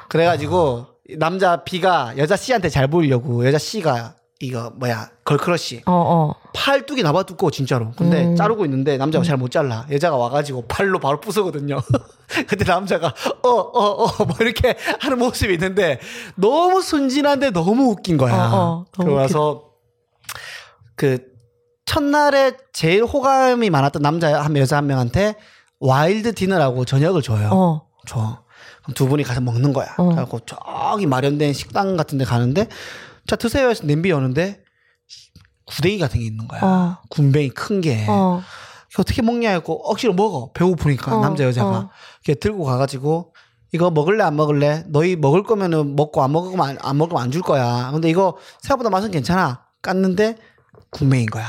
Speaker 1: 그래가지고 남자 B가 여자 C한테 잘 보이려고 여자 C가 이거 뭐야 걸크러쉬
Speaker 2: 어, 어.
Speaker 1: 팔뚝이 나바 두꺼워 진짜로. 근데
Speaker 2: 음.
Speaker 1: 자르고 있는데 남자가 잘 못 잘라. 여자가 와가지고 발로 바로 부수거든요. 근데 남자가 어 어 어 뭐 이렇게 하는 모습이 있는데 너무 순진한데 너무 웃긴 거야.
Speaker 2: 어, 어, 너무
Speaker 1: 그래서 그 첫날에 제일 호감이 많았던 남자 한 명, 여자 한 명한테 와일드 디너라고 저녁을 줘요.
Speaker 2: 어.
Speaker 1: 줘. 그럼 두 분이 가서 먹는 거야.
Speaker 2: 어.
Speaker 1: 그래갖고 저기 마련된 식당 같은 데 가는데 자 드세요 해서 냄비 여는데 구데기 같은 게 있는 거야.
Speaker 2: 어.
Speaker 1: 군뱅이 큰 게.
Speaker 2: 어.
Speaker 1: 이거 어떻게 먹냐 했고 억지로 먹어. 배고프니까
Speaker 2: 어,
Speaker 1: 남자 여자가.
Speaker 2: 어.
Speaker 1: 이렇게 들고 가가지고 이거 먹을래 안 먹을래? 너희 먹을 거면은 먹고 안 먹으면 안, 안 먹으면 안 줄 거야. 근데 이거 생각보다 맛은 괜찮아. 깠는데 군뱅인 거야.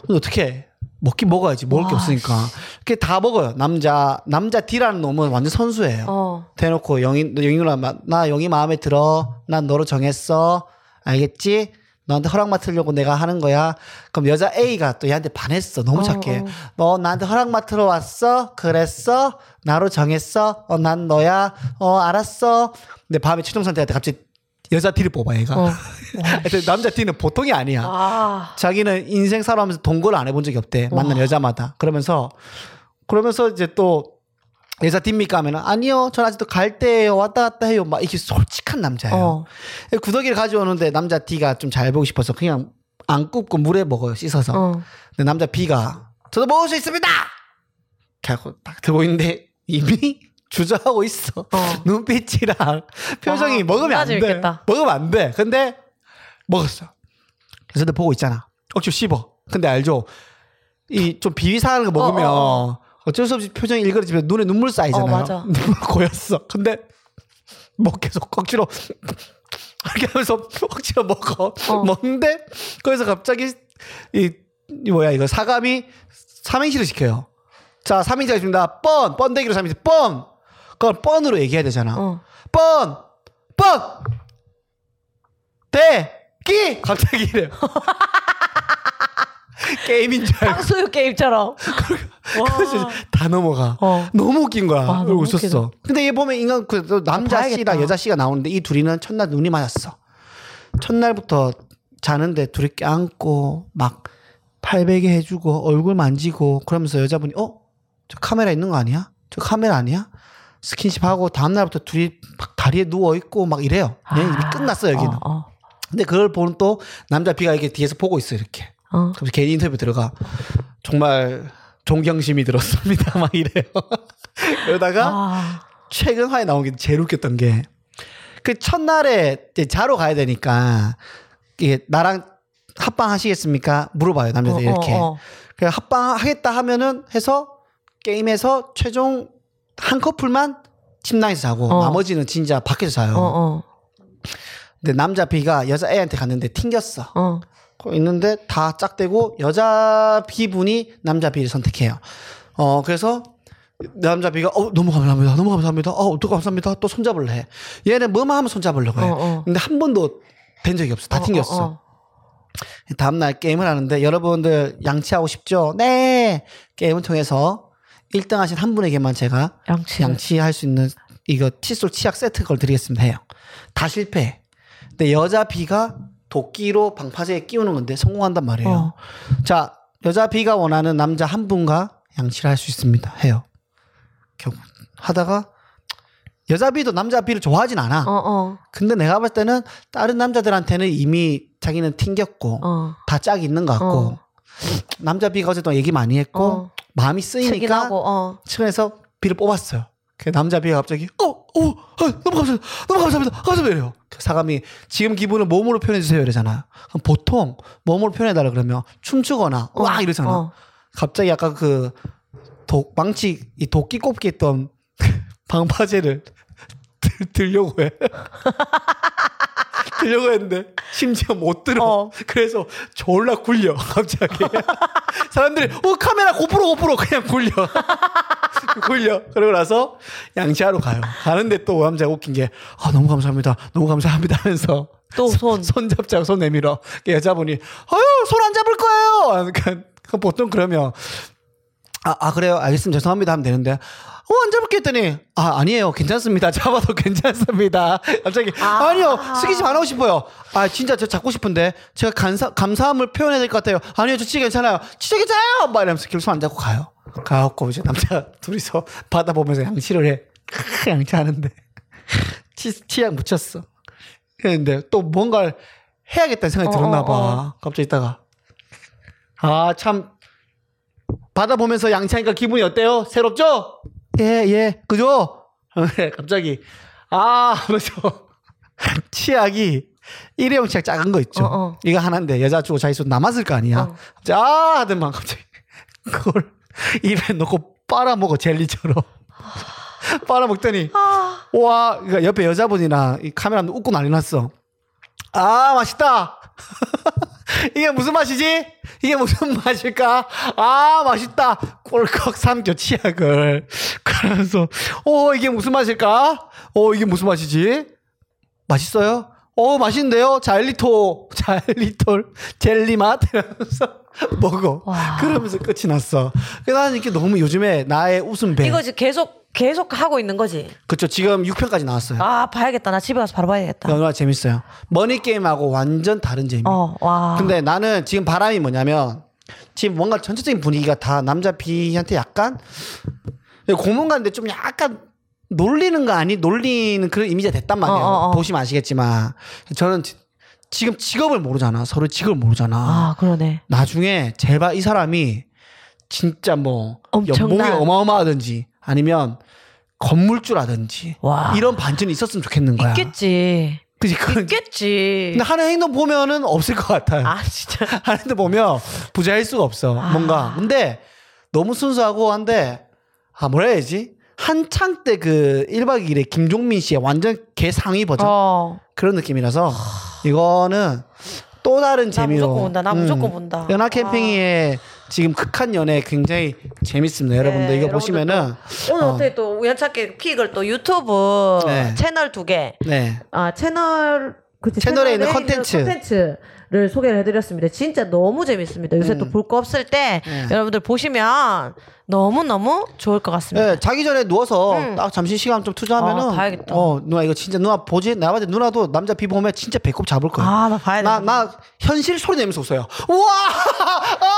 Speaker 1: 근데 어떻게 먹긴 먹어야지. 먹을 게
Speaker 2: 와,
Speaker 1: 없으니까. 이렇게 다 먹어요. 남자 남자 D라는 놈은 완전 선수예요.
Speaker 2: 어.
Speaker 1: 대놓고 영희 너 영희 누나 마- 나 영희 마음에 들어 난 너로 정했어 알겠지 너한테 허락 맡으려고 내가 하는 거야 그럼 여자 A가 또 얘한테 반했어 너무 착해
Speaker 2: 어.
Speaker 1: 너 나한테 허락 맡으러 왔어 그랬어 나로 정했어 어 난 너야 어 알았어 근데 밤에 최종 선택할 때 갑자기 여자 D를 뽑아 얘가
Speaker 2: 어.
Speaker 1: 하여튼 남자 D는 보통이 아니야
Speaker 2: 아.
Speaker 1: 자기는 인생 살아가면서 동거를 안 해본 적이 없대. 만난 여자마다. 그러면서, 그러면서 이제 또, 여자 딥니까 하면 은 아니요 전 아직도 갈 때예요 왔다 갔다 해요 막 이게 솔직한 남자예요
Speaker 2: 어.
Speaker 1: 구더기를 가져오는데 남자 D가 좀 잘 보고 싶어서 그냥 안 굽고 물에 먹어요 씻어서
Speaker 2: 어.
Speaker 1: 근데 남자 B가 저도 먹을 수 있습니다 하고 딱 들고 있는데 이미 주저하고 있어
Speaker 2: 어.
Speaker 1: 눈빛이랑 표정이
Speaker 2: 아,
Speaker 1: 먹으면
Speaker 2: 혼나
Speaker 1: 안돼
Speaker 2: 재밌겠다.
Speaker 1: 먹으면 안돼 근데 먹었어. 그래서 내 보고 있잖아. 억지로 씹어. 근데 알죠? 이 좀 비위상한 거 먹으면
Speaker 2: 어,
Speaker 1: 어, 쩔수 없이 표정이 일그러지면 눈에 눈물 쌓이잖아요.
Speaker 2: 어, 맞아.
Speaker 1: 눈물 고였어. 근데 뭐 계속 억지로 이렇게 하면서 억지로 먹어.
Speaker 2: 어.
Speaker 1: 먹는데 거기서 갑자기 이, 이 뭐야 이거 사감이 삼행시를 시켜요. 자 삼행시가 있습니다. 뻔 뻔데기로 삼행시 뻔. 그걸 뻔으로 얘기해야 되잖아.
Speaker 2: 어.
Speaker 1: 뻔, 뻔, 대, 기! 갑자기 이래요. 게임인 줄 알고.
Speaker 2: 탕수육 게임처럼.
Speaker 1: 그래서 다 넘어가.
Speaker 2: 아. 어.
Speaker 1: 너무 웃긴 거야.
Speaker 2: 와, 너무
Speaker 1: 그리고 웃었어.
Speaker 2: 웃기다.
Speaker 1: 근데 얘 보면 인간, 그, 또 남자
Speaker 2: 봐야겠다.
Speaker 1: 씨랑 여자 씨가 나오는데 이 둘이는 첫날 눈이 맞았어. 첫날부터 자는데 둘이 껴안고 막 팔베개 해주고 얼굴 만지고 그러면서 여자분이 어? 저 카메라 있는 거 아니야? 저 카메라 아니야? 스킨십 하고 다음날부터 둘이 막 다리에 누워있고 막 이래요. 얘 이미
Speaker 2: 아.
Speaker 1: 끝났어, 여기는.
Speaker 2: 어, 어.
Speaker 1: 근데 그걸 보는 또 남자 B가 이렇게 뒤에서 보고 있어, 이렇게.
Speaker 2: 어.
Speaker 1: 그래서 개인 인터뷰 들어가 정말 존경심이 들었습니다 막 이래요 그러다가
Speaker 2: 아.
Speaker 1: 최근 화에 나온 게 제일 웃겼던 게 그 첫날에 이제 자러 가야 되니까 이게 나랑 합방하시겠습니까 물어봐요 남자들 이
Speaker 2: 어, 어,
Speaker 1: 이렇게
Speaker 2: 어.
Speaker 1: 그 합방하겠다 하면은 해서 게임에서 최종 한 커플만 침낭에서 자고
Speaker 2: 어.
Speaker 1: 나머지는 진짜 밖에서 자요
Speaker 2: 어, 어,
Speaker 1: 근데 남자 B가 여자 A한테 갔는데 튕겼어
Speaker 2: 어.
Speaker 1: 거 있는데 다 짝대고 여자 B분이 남자 B를 선택해요. 어, 그래서 남자 B가 어, 너무 감사합니다. 너무 감사합니다. 어, 어떡 감사합니다. 또 손잡을래. 해. 얘는 뭐만 하면 손잡으려고 해.
Speaker 2: 어, 어.
Speaker 1: 근데 한 번도 된 적이 없어. 다 튕겼어.
Speaker 2: 어, 어,
Speaker 1: 다음날 게임을 하는데 여러분들 양치하고 싶죠? 네! 게임을 통해서 1등 하신 한 분에게만 제가
Speaker 2: 양치.
Speaker 1: 양치할 수 있는 이거 칫솔 치약 세트 걸 드리겠습니다 해요. 다 실패. 근데 여자 B가 도끼로 방파제에 끼우는 건데 성공한단 말이에요.
Speaker 2: 어.
Speaker 1: 자 여자 B가 원하는 남자 한 분과 양치를 할 수 있습니다 해요. 결국 하다가 여자 B도 남자 B를 좋아하진 않아.
Speaker 2: 어, 어,
Speaker 1: 근데 내가 봤을 때는 다른 남자들한테는 이미 자기는 튕겼고
Speaker 2: 어.
Speaker 1: 다 짝이 있는 것 같고
Speaker 2: 어.
Speaker 1: 남자 B가 어쨌든 얘기 많이 했고
Speaker 2: 어.
Speaker 1: 마음이
Speaker 2: 긴
Speaker 1: 쓰이니까
Speaker 2: 하고, 어.
Speaker 1: 측에서 비를 뽑았어요. 그 남자 비가 갑자기 어, 어, 아, 너무 감사합니다, 너무 감사합니다, 감사합니다 이래요. 그 사감이 지금 기분을 몸으로 표현해 주세요 이러잖아. 그럼 보통 몸으로 표현해 달라 그러면 춤추거나
Speaker 2: 어,
Speaker 1: 와 이러잖아.
Speaker 2: 어.
Speaker 1: 갑자기 약간 그 독, 망치 이 도끼 꼽기 했던 방파제를 들, 들려고 해. 들려고 했는데 심지어 못 들어.
Speaker 2: 어.
Speaker 1: 그래서 졸라 굴려 갑자기. 사람들이 어 카메라 고프로 고프로 그냥 굴려. 굴려. 그러고 나서 양치하러 가요. 가는데 또 남자가 웃긴 게 아, 너무 감사합니다. 너무 감사합니다 하면서
Speaker 2: 또 손.
Speaker 1: 손 잡자고 손 내밀어. 그 여자분이 아유 손 안 잡을 거예요. 그러니까 보통 그러면 아, 아 그래요 알겠습니다 죄송합니다 하면 되는데 어 안 잡을게 했더니 아 아니에요 괜찮습니다 잡아도 괜찮습니다 갑자기
Speaker 2: 아.
Speaker 1: 아. 니요 스킨십 안 하고 싶어요 아 진짜 저 잡고 싶은데 제가 감사, 감사함을 표현해야 될 것 같아요 아니요 저 진짜 괜찮아요 진짜 괜찮아요 막 이러면서 계속 안 잡고 가요 가갖고 이제 남자 둘이서 바다 보면서 양치를 해 크으, 양치하는데 치, 치약 묻혔어 했는데 또 뭔가를 해야겠다는 생각이
Speaker 2: 어,
Speaker 1: 들었나
Speaker 2: 어,
Speaker 1: 봐.
Speaker 2: 어.
Speaker 1: 갑자기 있다가 아 참 바다 보면서 양치하니까 기분이 어때요? 새롭죠? 예 예, 그죠? 네, 갑자기 아 하면서 치약이 일회용 치약 작은 거 있죠.
Speaker 2: 어, 어.
Speaker 1: 이거 하나인데 여자 주고 자기 손 남았을 거 아니야.
Speaker 2: 어.
Speaker 1: 갑자기 아 하더만 갑자기 그걸 입에 넣고 빨아먹어 젤리처럼 빨아먹더니
Speaker 2: 아,
Speaker 1: 와, 그러니까 옆에 여자분이랑 이 카메라 는 웃고 난리 났어. 아, 맛있다. 이게 무슨 맛이지? 이게 무슨 맛일까? 아, 맛있다. 꼴꺽 삼켜 치약을. 그러면서, 오, 이게 무슨 맛일까? 오, 이게 무슨 맛이지? 맛있어요? 오, 맛있는데요? 잘리토, 잘리톨, 젤리 맛? 이러면서 먹어.
Speaker 2: 와.
Speaker 1: 그러면서 끝이 났어. 그래서 나는 이게 너무 요즘에 나의 웃음 배.
Speaker 2: 이거 지금 계속, 계속 하고 있는 거지.
Speaker 1: 그쵸, 지금 6편까지 나왔어요.
Speaker 2: 아, 봐야겠다. 나 집에 가서 바로 봐야겠다.
Speaker 1: 연화 재밌어요. 머니 게임하고 완전 다른 재미.
Speaker 2: 어, 와.
Speaker 1: 근데 나는 지금 바람이 뭐냐면 지금 뭔가 전체적인 분위기가 다 남자 B한테 약간 고문가인데 좀 약간 놀리는 거 아니 놀리는 그런 이미지가 됐단 말이에요.
Speaker 2: 어, 어, 어.
Speaker 1: 보시면 아시겠지만 저는 지- 지금 직업을 모르잖아. 서로 직업을 모르잖아.
Speaker 2: 아, 그러네.
Speaker 1: 나중에 제발 이 사람이 진짜 뭐
Speaker 2: 엄청난-
Speaker 1: 연봉이 어마어마하든지 아니면 건물주라든지
Speaker 2: 와.
Speaker 1: 이런 반전이 있었으면 좋겠는 거야.
Speaker 2: 있겠지.
Speaker 1: 그지 그건
Speaker 2: 있겠지.
Speaker 1: 근데 하는 행동 보면은 없을 것 같아요.
Speaker 2: 아 진짜.
Speaker 1: 하는 데 보면 부자일 수가 없어. 뭔가. 근데 너무 순수하고 한데 아 뭐라 해야지? 한창 때 그 1박 2일에 김종민 씨의 완전 개상위 버전
Speaker 2: 어.
Speaker 1: 그런 느낌이라서 이거는 또 다른
Speaker 2: 나
Speaker 1: 재미로 음.
Speaker 2: 무조건 본다. 나 무조건 본다. 아.
Speaker 1: 연하 캠핑이의 지금 극한 연애 굉장히 재밌습니다. 여러분들 이거
Speaker 2: 네, 여러분들
Speaker 1: 보시면은
Speaker 2: 오늘
Speaker 1: 어.
Speaker 2: 어. 떻게또 우연찮게 픽을 또 유튜브
Speaker 1: 네.
Speaker 2: 채널 두 개.
Speaker 1: 네.
Speaker 2: 아 채널 그치,
Speaker 1: 채널에 있는 컨텐츠.
Speaker 2: 를 소개를 해드렸습니다. 진짜 너무 재밌습니다. 요새 또 볼 거 없을 때
Speaker 1: 음. 네.
Speaker 2: 여러분들 보시면 너무 너무 좋을 것 같습니다.
Speaker 1: 네, 자기 전에 누워서 딱 잠시 시간 좀
Speaker 2: 음. 아,
Speaker 1: 투자하면은
Speaker 2: 봐야겠다.
Speaker 1: 어, 누나 이거 진짜 누나 보지 나 봤을 때 누나도 남자 비 보면 진짜 배꼽 잡을 거야.
Speaker 2: 아, 나 봐야
Speaker 1: 나,
Speaker 2: 되는데.
Speaker 1: 나 현실 소리 내면서 웃어요. 우와!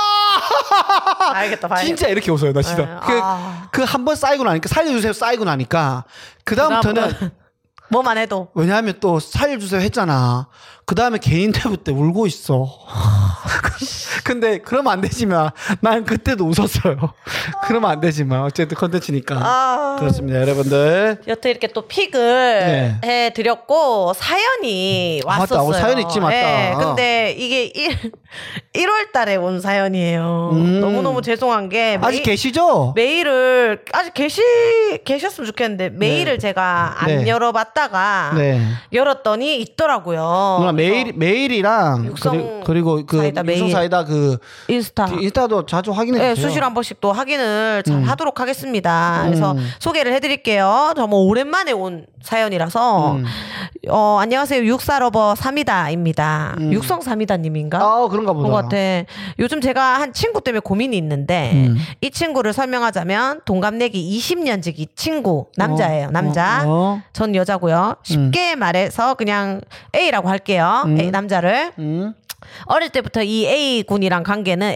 Speaker 1: 아!
Speaker 2: 알겠다, 봐야겠다.
Speaker 1: 진짜 이렇게 웃어요, 나 진짜.
Speaker 2: 네, 아.
Speaker 1: 그, 그 한 번 쌓이고 나니까, 살려주세요 쌓이고 나니까, 그다음부터는,
Speaker 2: 뭐만 해도
Speaker 1: 왜냐하면 또 살려주세요 했잖아. 그 다음에 개인 대부 때 울고 있어. 근데 그러면 안 되지만, 난 그때도 웃었어요. 그러면 안 되지만, 어쨌든 컨텐츠니까.
Speaker 2: 아.
Speaker 1: 그렇습니다, 여러분들.
Speaker 2: 여튼 이렇게 또 픽을 해드렸고 사연이
Speaker 1: 네. 아, 맞다.
Speaker 2: 왔었어요.
Speaker 1: 어, 사연 있지, 맞다.
Speaker 2: 예, 근데 이게 1, 1월달에 온 사연이에요.
Speaker 1: 음.
Speaker 2: 너무 너무 죄송한 게
Speaker 1: 아직
Speaker 2: 네, 메이-
Speaker 1: 계시죠?
Speaker 2: 메일을 아직 계시 계셨으면 좋겠는데 메일을 제가 안
Speaker 1: 네.
Speaker 2: 열어봤다가
Speaker 1: 네.
Speaker 2: 열었더니 있더라고요.
Speaker 1: 누나
Speaker 2: 아. 어, 그래서
Speaker 1: 메일 메일이랑
Speaker 2: 육성
Speaker 1: 그리, 고그
Speaker 2: 사이다, 메일.
Speaker 1: 육성 사이다 그
Speaker 2: 인스타.
Speaker 1: 인스타도 자주 확인해
Speaker 2: 예,
Speaker 1: 주세요.
Speaker 2: 수시로 한 번씩 또 확인을
Speaker 1: 음.
Speaker 2: 잘 하도록 하겠습니다. 그래서 소개를 해드릴게요. 정말 오랜만에 온 사연이라서
Speaker 1: 음.
Speaker 2: 어 안녕하세요 육사러버 삼이다입니다. 육성 삼이다님인가?
Speaker 1: 음. 아 그런가 보다.
Speaker 2: 그런 것 같아. 요즘 제가 한 친구 때문에 고민이 있는데
Speaker 1: 음.
Speaker 2: 이 친구를 설명하자면 동갑내기 20년지기 친구 남자예요. 남자.
Speaker 1: 어, 어.
Speaker 2: 전 여자고요.
Speaker 1: 음.
Speaker 2: 쉽게 말해서 그냥 A라고 할게요. A 남자를
Speaker 1: 음.
Speaker 2: 어릴 때부터 이 A 군이랑 관계는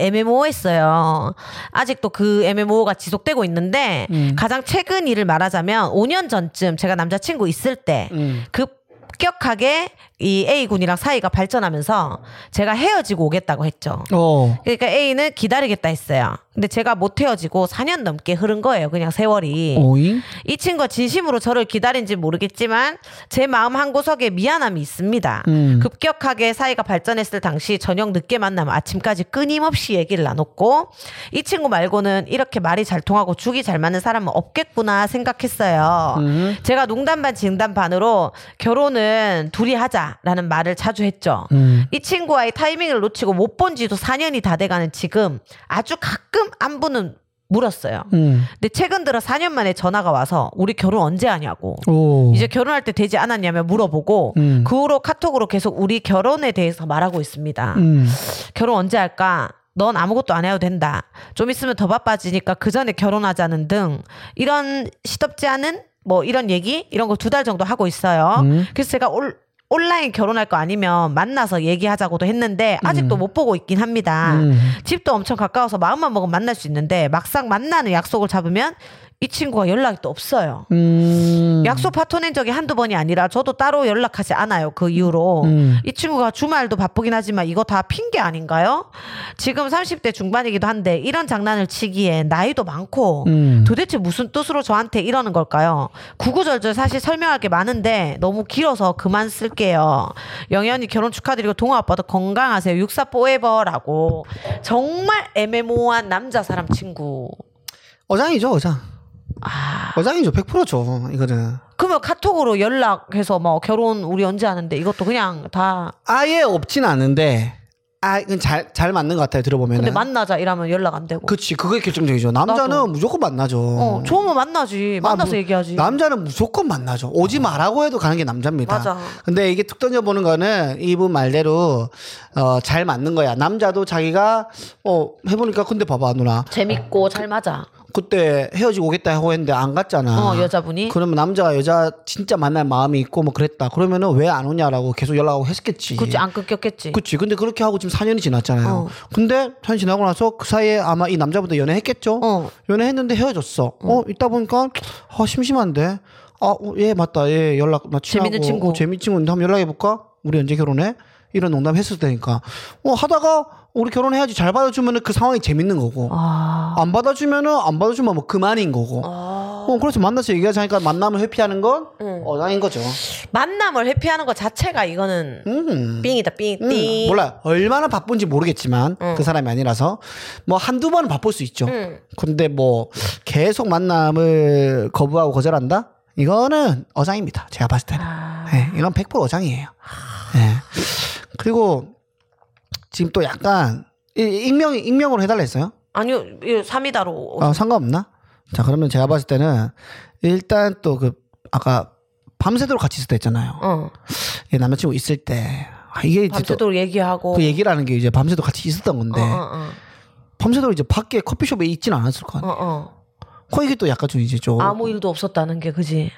Speaker 2: MMO였어요. 아직도 그 MMO가 지속되고 있는데
Speaker 1: 음.
Speaker 2: 가장 최근 일을 말하자면 5년 전쯤 제가 남자친구 있을 때
Speaker 1: 음.
Speaker 2: 급격하게 이 A 군이랑 사이가 발전하면서 제가 헤어지고 오겠다고 했죠.
Speaker 1: 어.
Speaker 2: 그러니까 A는 기다리겠다 했어요. 근데 제가 못 헤어지고 4년 넘게 흐른 거예요. 그냥 세월이.
Speaker 1: 오잉.
Speaker 2: 이 친구가 진심으로 저를 기다린지 모르겠지만 제 마음 한 구석에 미안함이 있습니다.
Speaker 1: 음.
Speaker 2: 급격하게 사이가 발전했을 당시 저녁 늦게 만나면 아침까지 끊임없이 얘기를 나눴고 이 친구 말고는 이렇게 말이 잘 통하고 죽이 잘 맞는 사람은 없겠구나 생각했어요.
Speaker 1: 음.
Speaker 2: 제가 농담 반 진담 반으로 결혼은 둘이 하자라는 말을 자주 했죠.
Speaker 1: 음.
Speaker 2: 이 친구와의 타이밍을 놓치고 못 본 지도 4년이 다 돼가는 지금 아주 가끔 안부는 물었어요.
Speaker 1: 음.
Speaker 2: 근데 최근 들어 4년 만에 전화가 와서 우리 결혼 언제 하냐고
Speaker 1: 오.
Speaker 2: 이제 결혼할 때 되지 않았냐며 물어보고
Speaker 1: 음.
Speaker 2: 그 후로 카톡으로 계속 우리 결혼에 대해서 말하고 있습니다.
Speaker 1: 음.
Speaker 2: 결혼 언제 할까? 넌 아무것도 안 해도 된다. 좀 있으면 더 바빠지니까 그 전에 결혼하자는 등 이런 시덥지 않은 뭐 이런 얘기 이런 거 두 달 정도 하고 있어요.
Speaker 1: 음.
Speaker 2: 그래서 제가 올 온라인 결혼할 거 아니면 만나서 얘기하자고도 했는데 아직도 못 보고 있긴 합니다.
Speaker 1: 음.
Speaker 2: 집도 엄청 가까워서 마음만 먹으면 만날 수 있는데 막상 만나는 약속을 잡으면 이 친구가 연락이 또 없어요.
Speaker 1: 음.
Speaker 2: 약속 파토낸 적이 한두 번이 아니라 저도 따로 연락하지 않아요. 그 이후로.
Speaker 1: 음.
Speaker 2: 이 친구가 주말도 바쁘긴 하지만 이거 다 핑계 아닌가요? 지금 30대 중반이기도 한데 이런 장난을 치기엔 나이도 많고
Speaker 1: 음.
Speaker 2: 도대체 무슨 뜻으로 저한테 이러는 걸까요? 구구절절 사실 설명할 게 많은데 너무 길어서 그만 쓸게요. 영현이 결혼 축하드리고 동아 아빠도 건강하세요. 육사 포에버라고 정말 애매모호한 남자 사람 친구.
Speaker 1: 어장이죠 어장.
Speaker 2: 아.
Speaker 1: 어장이죠 100%죠 이거는.
Speaker 2: 그러면 카톡으로 연락해서 뭐 결혼 우리 언제 하는데 이것도 그냥 다
Speaker 1: 아예 없진 않은데 아 이건 잘잘 맞는 것 같아요 들어보면.
Speaker 2: 근데
Speaker 1: 은
Speaker 2: 만나자 이러면 연락 안 되고.
Speaker 1: 그치 그게 결정적이죠. 남자는
Speaker 2: 나도.
Speaker 1: 무조건 만나죠.
Speaker 2: 어, 좋으면 만나지.
Speaker 1: 아,
Speaker 2: 만나서
Speaker 1: 뭐,
Speaker 2: 얘기하지. 아.
Speaker 1: 남자는 무조건 만나죠. 오지 마라고 해도 가는 게 남자입니다.
Speaker 2: 맞아.
Speaker 1: 근데 이게 툭 던져보는 거는 이분 말대로 어, 잘 맞는 거야. 남자도 자기가 어, 해보니까 근데 봐봐 누나
Speaker 2: 재밌고 잘 맞아.
Speaker 1: 그때 헤어지고 오겠다 하고 했는데 안 갔잖아.
Speaker 2: 어, 여자분이.
Speaker 1: 그러면 남자가 여자 진짜 만날 마음이 있고 뭐 그랬다. 그러면은 왜 안 오냐라고 계속 연락하고 했겠지.
Speaker 2: 그치, 어. 안 끊겼겠지.
Speaker 1: 그치. 근데 그렇게 하고 지금 4년이 지났잖아요. 근데 4년 지나고 나서 그 사이에 아마 이 남자분도 연애했겠죠?
Speaker 2: 어.
Speaker 1: 연애했는데 헤어졌어. 어, 있다 보니까, 아, 심심한데. 아, 어, 예, 맞다. 예, 연락, 나 친하고.
Speaker 2: 재밌는 친구.
Speaker 1: 어, 재밌는 친구인데 한번 연락해볼까? 우리 언제 결혼해? 이런 농담 했을 때니까 어 하다가 우리 결혼해야지 잘 받아주면은 그 상황이 재밌는 거고
Speaker 2: 아.
Speaker 1: 안 받아주면은 안 받아주면 뭐 그만인 거고
Speaker 2: 아.
Speaker 1: 어 그래서 만나서 얘기하자니까 만남을 회피하는 건 어장인 거죠
Speaker 2: 만남을 회피하는 것 자체가 이거는
Speaker 1: 음.
Speaker 2: 삥이다 삥
Speaker 1: 음,
Speaker 2: 삥.
Speaker 1: 몰라 얼마나 바쁜지 모르겠지만 그 사람이 아니라서 뭐 한두 번은 바쁠 수 있죠 근데 뭐 계속 만남을 거부하고 거절한다 이거는 어장입니다 제가 봤을 때는
Speaker 2: 아.
Speaker 1: 예, 이건 100% 어장이에요 예. 그리고 지금 또 약간 이- 익명 익명으로 해달라 했어요
Speaker 2: 아니요 이거 삼이다로.
Speaker 1: 아, 상관없나? 자, 그러면 제가 봤을 때는 일단 또 그 아까 밤새도록 같이 있을 때 있잖아요.
Speaker 2: 어.
Speaker 1: 이 남자친구 있을 때 아, 이게 이제 또
Speaker 2: 밤새도록 얘기하고.
Speaker 1: 그 얘기라는 게 이제 밤새도록 같이 있었던 건데
Speaker 2: 어, 어,
Speaker 1: 밤새도록 이제 밖에 커피숍에 있진 않았을 거
Speaker 2: 어,
Speaker 1: 아니에요.
Speaker 2: 어, 어.
Speaker 1: 그 이게 또 약간 좀 이제 좀
Speaker 2: 아무 일도 없었다는 게 그지.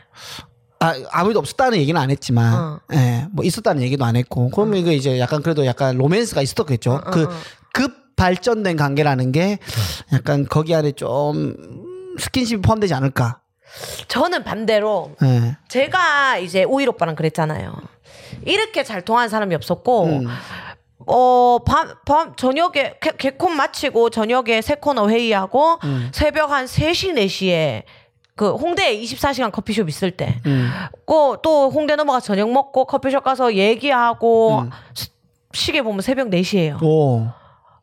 Speaker 1: 아, 아무 일도 없었다는 얘기는 안 했지만,
Speaker 2: 어.
Speaker 1: 예, 뭐 있었다는 얘기도 안 했고, 그러면 이거 이제 약간 그래도 약간 로맨스가
Speaker 2: 어,
Speaker 1: 있었겠죠. 그, 급 발전된 관계라는 게 약간 거기 안에 좀 스킨십이 포함되지 않을까.
Speaker 2: 저는 반대로
Speaker 1: 예.
Speaker 2: 제가 이제 오일 오빠랑 그랬잖아요. 이렇게 잘 통하는 사람이 없었고,
Speaker 1: 음.
Speaker 2: 어, 밤, 밤, 저녁에, 개, 개콘 마치고, 저녁에 세 코너 회의하고,
Speaker 1: 음.
Speaker 2: 새벽 한 3시, 4시에, 그, 홍대 24시간 커피숍 있을 때,
Speaker 1: 음.
Speaker 2: 고, 또 홍대 넘어가 저녁 먹고, 커피숍 가서 얘기하고,
Speaker 1: 음.
Speaker 2: 시- 시계 보면 새벽 4시에요.
Speaker 1: 오.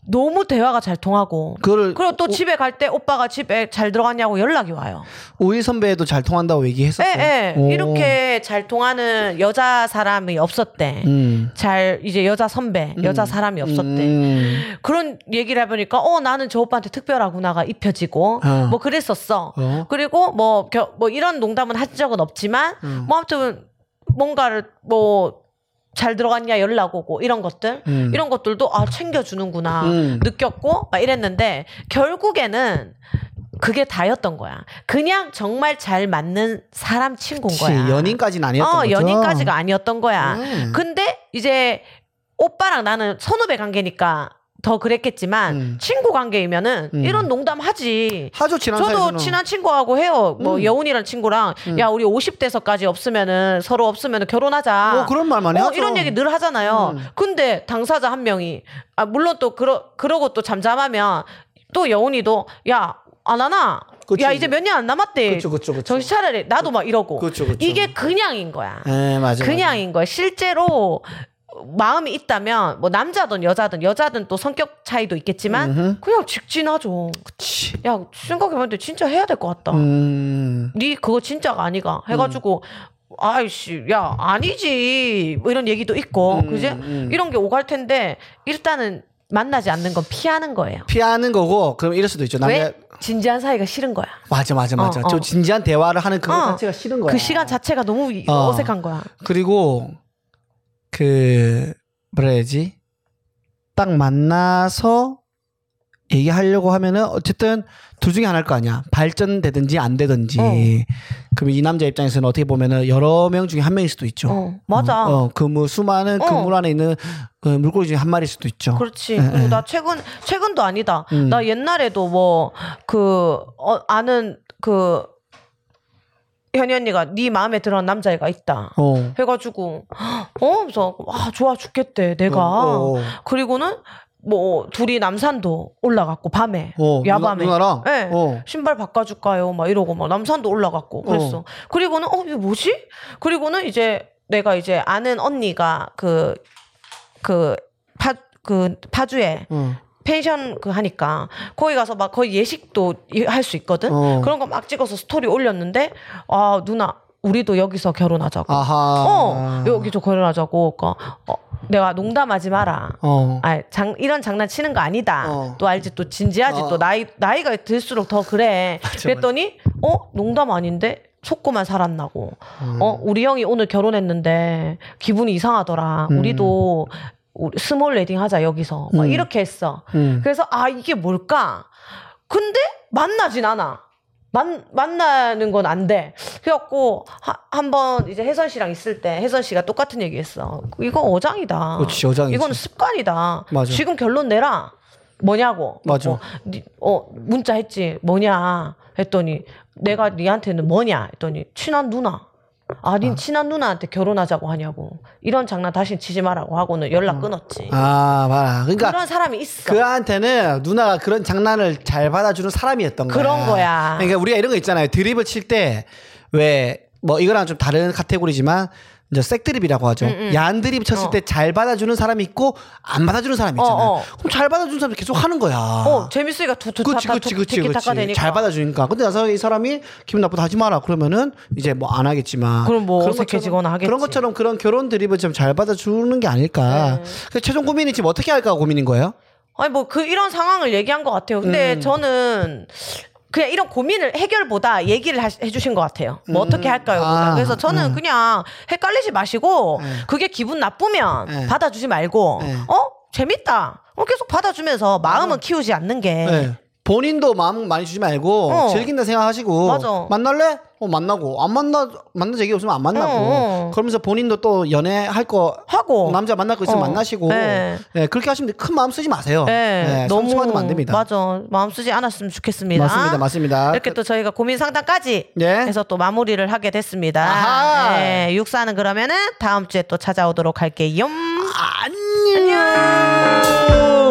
Speaker 2: 너무 대화가 잘 통하고,
Speaker 1: 그걸
Speaker 2: 그리고 또 집에 갈 때 오빠가 집에 잘 들어갔냐고 연락이 와요.
Speaker 1: 오일 선배도 잘 통한다고 얘기했었어요.
Speaker 2: 예,
Speaker 1: 오.
Speaker 2: 예. 이렇게 잘 통하는 여자 사람이 없었대.
Speaker 1: 음.
Speaker 2: 잘 이제 여자 선배, 여자 사람이 없었대.
Speaker 1: 음.
Speaker 2: 그런 얘기를 해보니까 어 나는 저 오빠한테 특별하구나가 입혀지고
Speaker 1: 어.
Speaker 2: 뭐 그랬었어.
Speaker 1: 어.
Speaker 2: 그리고 뭐 뭐 이런 농담은 한 적은 없지만
Speaker 1: 음.
Speaker 2: 뭐 아무튼 뭔가를 뭐 잘 들어갔냐 연락 오고 이런 것들
Speaker 1: 음.
Speaker 2: 이런 것들도 아 챙겨주는구나
Speaker 1: 음.
Speaker 2: 느꼈고 막 이랬는데 결국에는 그게 다였던 거야. 그냥 정말 잘 맞는 사람 친구인
Speaker 1: 그치,
Speaker 2: 거야.
Speaker 1: 연인까지는 아니었던
Speaker 2: 어,
Speaker 1: 거죠.
Speaker 2: 연인까지가 아니었던 거야.
Speaker 1: 음.
Speaker 2: 근데 이제 오빠랑 나는 선후배 관계니까 더 그랬겠지만
Speaker 1: 음.
Speaker 2: 친구 관계이면은
Speaker 1: 음.
Speaker 2: 이런 농담하지.
Speaker 1: 하죠 친한
Speaker 2: 저도
Speaker 1: 사이에서는.
Speaker 2: 친한 친구하고 해요. 뭐
Speaker 1: 음.
Speaker 2: 여운이란 친구랑 야 우리 50대서까지 없으면은 서로 없으면은 결혼하자.
Speaker 1: 뭐 그런 말 많이
Speaker 2: 어,
Speaker 1: 하죠.
Speaker 2: 이런 얘기 늘 하잖아요.
Speaker 1: 음.
Speaker 2: 근데 당사자 한 명이 아 물론 또 그러 그러고 또 잠잠하면 또 여운이도 야 안 하나.
Speaker 1: 그치,
Speaker 2: 야 이제
Speaker 1: 이제.
Speaker 2: 몇 년 안 남았대.
Speaker 1: 그쵸, 그쵸, 그쵸.
Speaker 2: 정신 차려래. 나도 막 이러고.
Speaker 1: 그쵸, 그쵸.
Speaker 2: 이게 그냥인 거야.
Speaker 1: 예, 맞아.
Speaker 2: 그냥인 거야. 실제로 마음이 있다면 뭐 남자든 여자든 여자든 또 성격 차이도 있겠지만 그냥 직진하죠.
Speaker 1: 그치.
Speaker 2: 야 생각해봤는데 진짜 해야 될 것 같다.
Speaker 1: 음.
Speaker 2: 네 그거 진짜가 아니가 해가지고 아이씨 야 아니지 뭐 이런 얘기도 있고
Speaker 1: 음,
Speaker 2: 그지 이런 게 오갈 텐데 일단은 만나지 않는 건 피하는 거예요.
Speaker 1: 피하는 거고 그럼 이럴 수도 있죠. 남자
Speaker 2: 왜 진지한 사이가 싫은 거야.
Speaker 1: 맞아 맞아 맞아.
Speaker 2: 어, 어.
Speaker 1: 좀 진지한 대화를 하는 그거
Speaker 2: 어.
Speaker 1: 자체가 싫은 거야.
Speaker 2: 그 시간 자체가 너무 이-
Speaker 1: 어.
Speaker 2: 어색한 거야.
Speaker 1: 그리고 그 뭐라 해야지? 딱 만나서 얘기하려고 하면은 어쨌든 둘 중에 하나일 거 아니야. 발전되든지 안 되든지.
Speaker 2: 어.
Speaker 1: 그럼 이 남자 입장에서는 어떻게 보면은 여러 명 중에 한 명일 수도 있죠.
Speaker 2: 어 맞아.
Speaker 1: 어, 그물 수많은
Speaker 2: 어.
Speaker 1: 그물 안에 있는 그 물고기 중에 한 마리일 수도 있죠.
Speaker 2: 그렇지. 그리고 나 최근 최근도 아니다.
Speaker 1: 음.
Speaker 2: 나 옛날에도 뭐 그 어, 아는 그 현이 언니가 네 마음에 들어는 남자애가 있다.
Speaker 1: 어.
Speaker 2: 해가지고 어 그래서 아 좋아 죽겠대 내가
Speaker 1: 어, 어.
Speaker 2: 그리고는 뭐 둘이 남산도 올라갔고 밤에
Speaker 1: 어,
Speaker 2: 야밤에
Speaker 1: 누나, 랑
Speaker 2: 예.
Speaker 1: 어.
Speaker 2: 신발 바꿔줄까요? 막 이러고 막 남산도 올라갔고 그랬어.
Speaker 1: 어.
Speaker 2: 그리고는 어 이거 뭐지? 그리고는 이제 내가 이제 아는 언니가 그, 그그파그 파주에
Speaker 1: 어.
Speaker 2: 펜션 그 하니까 거기 가서 막 거의 예식도 할 수 있거든.
Speaker 1: 어.
Speaker 2: 그런 거 막 찍어서 스토리 올렸는데 아 누나 우리도 여기서 결혼하자고.
Speaker 1: 아하.
Speaker 2: 어 여기서 결혼하자고. 그러니까 어, 내가 농담하지 마라.
Speaker 1: 어.
Speaker 2: 아, 장, 이런 장난 치는 거 아니다.
Speaker 1: 어.
Speaker 2: 또 알지, 또 진지하지,
Speaker 1: 어.
Speaker 2: 또 나이, 나이가 들수록 더 그래. 그랬더니, 어? 농담 아닌데? 속고만 살았나고.
Speaker 1: 음.
Speaker 2: 어? 우리 형이 오늘 결혼했는데 기분이 이상하더라. 우리도 우리 스몰 레딩 하자, 여기서. 막
Speaker 1: 음.
Speaker 2: 이렇게 했어.
Speaker 1: 음.
Speaker 2: 그래서, 아, 이게 뭘까? 근데 만나진 않아. 만, 만나는 건 안 돼. 그래갖고, 하- 한번 이제 혜선 씨랑 있을 때 혜선 씨가 똑같은 얘기 했어. 이거 어장이다.
Speaker 1: 그렇지, 어장이지.
Speaker 2: 이건 습관이다.
Speaker 1: 맞아.
Speaker 2: 지금 결론 내라. 뭐냐고.
Speaker 1: 맞아.
Speaker 2: 어, 니- 어, 문자 했지. 뭐냐. 했더니 내가 니한테는 뭐냐. 했더니 친한 누나. 아니 친한 누나한테 결혼하자고 하냐고 이런 장난 다시 치지 말라고 하고는 연락 끊었지.
Speaker 1: 음. 아, 봐라. 그러니까
Speaker 2: 그런 사람이 있어.
Speaker 1: 그한테는 누나가 그런 장난을 잘 받아주는 사람이었던 거야.
Speaker 2: 그런 거야.
Speaker 1: 그러니까 우리가 이런 거 있잖아요. 드립을 칠 때 왜 뭐 이거랑 좀 다른 카테고리지만 이제 색드립이라고 하죠. 야한 드립 쳤을
Speaker 2: 음, 어.
Speaker 1: 때 잘 받아주는 사람이 있고 안 받아주는 사람이 있잖아요.
Speaker 2: 어, 어.
Speaker 1: 그럼 잘 받아주는 사람이 계속 하는 거야.
Speaker 2: 어 재밌으니까 두두타
Speaker 1: 그치, 그치, 그치, 그치.
Speaker 2: 되니까.
Speaker 1: 잘 받아주니까. 근데 나서 이 사람이 기분 나쁘다 하지 마라. 그러면은 이제 뭐 안 하겠지만.
Speaker 2: 그럼 뭐
Speaker 1: 그런
Speaker 2: 어색해지거나
Speaker 1: 것처럼-
Speaker 2: 하겠지.
Speaker 1: 그런 것처럼 그런 결혼 드립을 좀 잘 받아주는 게 아닐까.
Speaker 2: 음.
Speaker 1: 그래서 최종 고민이 지금 어떻게 할까 고민인 거예요?
Speaker 2: 아니 뭐 그 이런 상황을 얘기한 것 같아요.
Speaker 1: 음.
Speaker 2: 근데 저는 그냥 이런 고민을 해결보다 얘기를 하- 해주신 것 같아요. 뭐 어떻게 할까요?
Speaker 1: 아,
Speaker 2: 그래서 저는 그냥 헷갈리지 마시고
Speaker 1: 네.
Speaker 2: 그게 기분 나쁘면
Speaker 1: 네.
Speaker 2: 받아주지 말고
Speaker 1: 네.
Speaker 2: 어 재밌다. 어 계속 받아주면서 마음은 키우지 않는 게
Speaker 1: 네. 본인도 마음 많이 주지 말고
Speaker 2: 어.
Speaker 1: 즐긴다 생각하시고
Speaker 2: 맞아.
Speaker 1: 만날래? 어 만나고 안 만나 만난 얘기 없으면 안 만나고
Speaker 2: 어, 어.
Speaker 1: 그러면서 본인도 또 연애할 거
Speaker 2: 하고
Speaker 1: 남자 만날 거 있으면
Speaker 2: 어.
Speaker 1: 만나시고
Speaker 2: 네.
Speaker 1: 네. 그렇게 하시면 돼. 큰 마음 쓰지 마세요.
Speaker 2: 네,
Speaker 1: 상처받으면 안 됩니다.
Speaker 2: 맞아 마음 쓰지 않았으면 좋겠습니다.
Speaker 1: 맞습니다, 맞습니다.
Speaker 2: 이렇게 또 저희가 고민 상담까지
Speaker 1: 네.
Speaker 2: 해서 또 마무리를 하게 됐습니다.
Speaker 1: 아하.
Speaker 2: 네, 육사는 그러면은 다음 주에 또 찾아오도록 할게요.
Speaker 1: 안녕.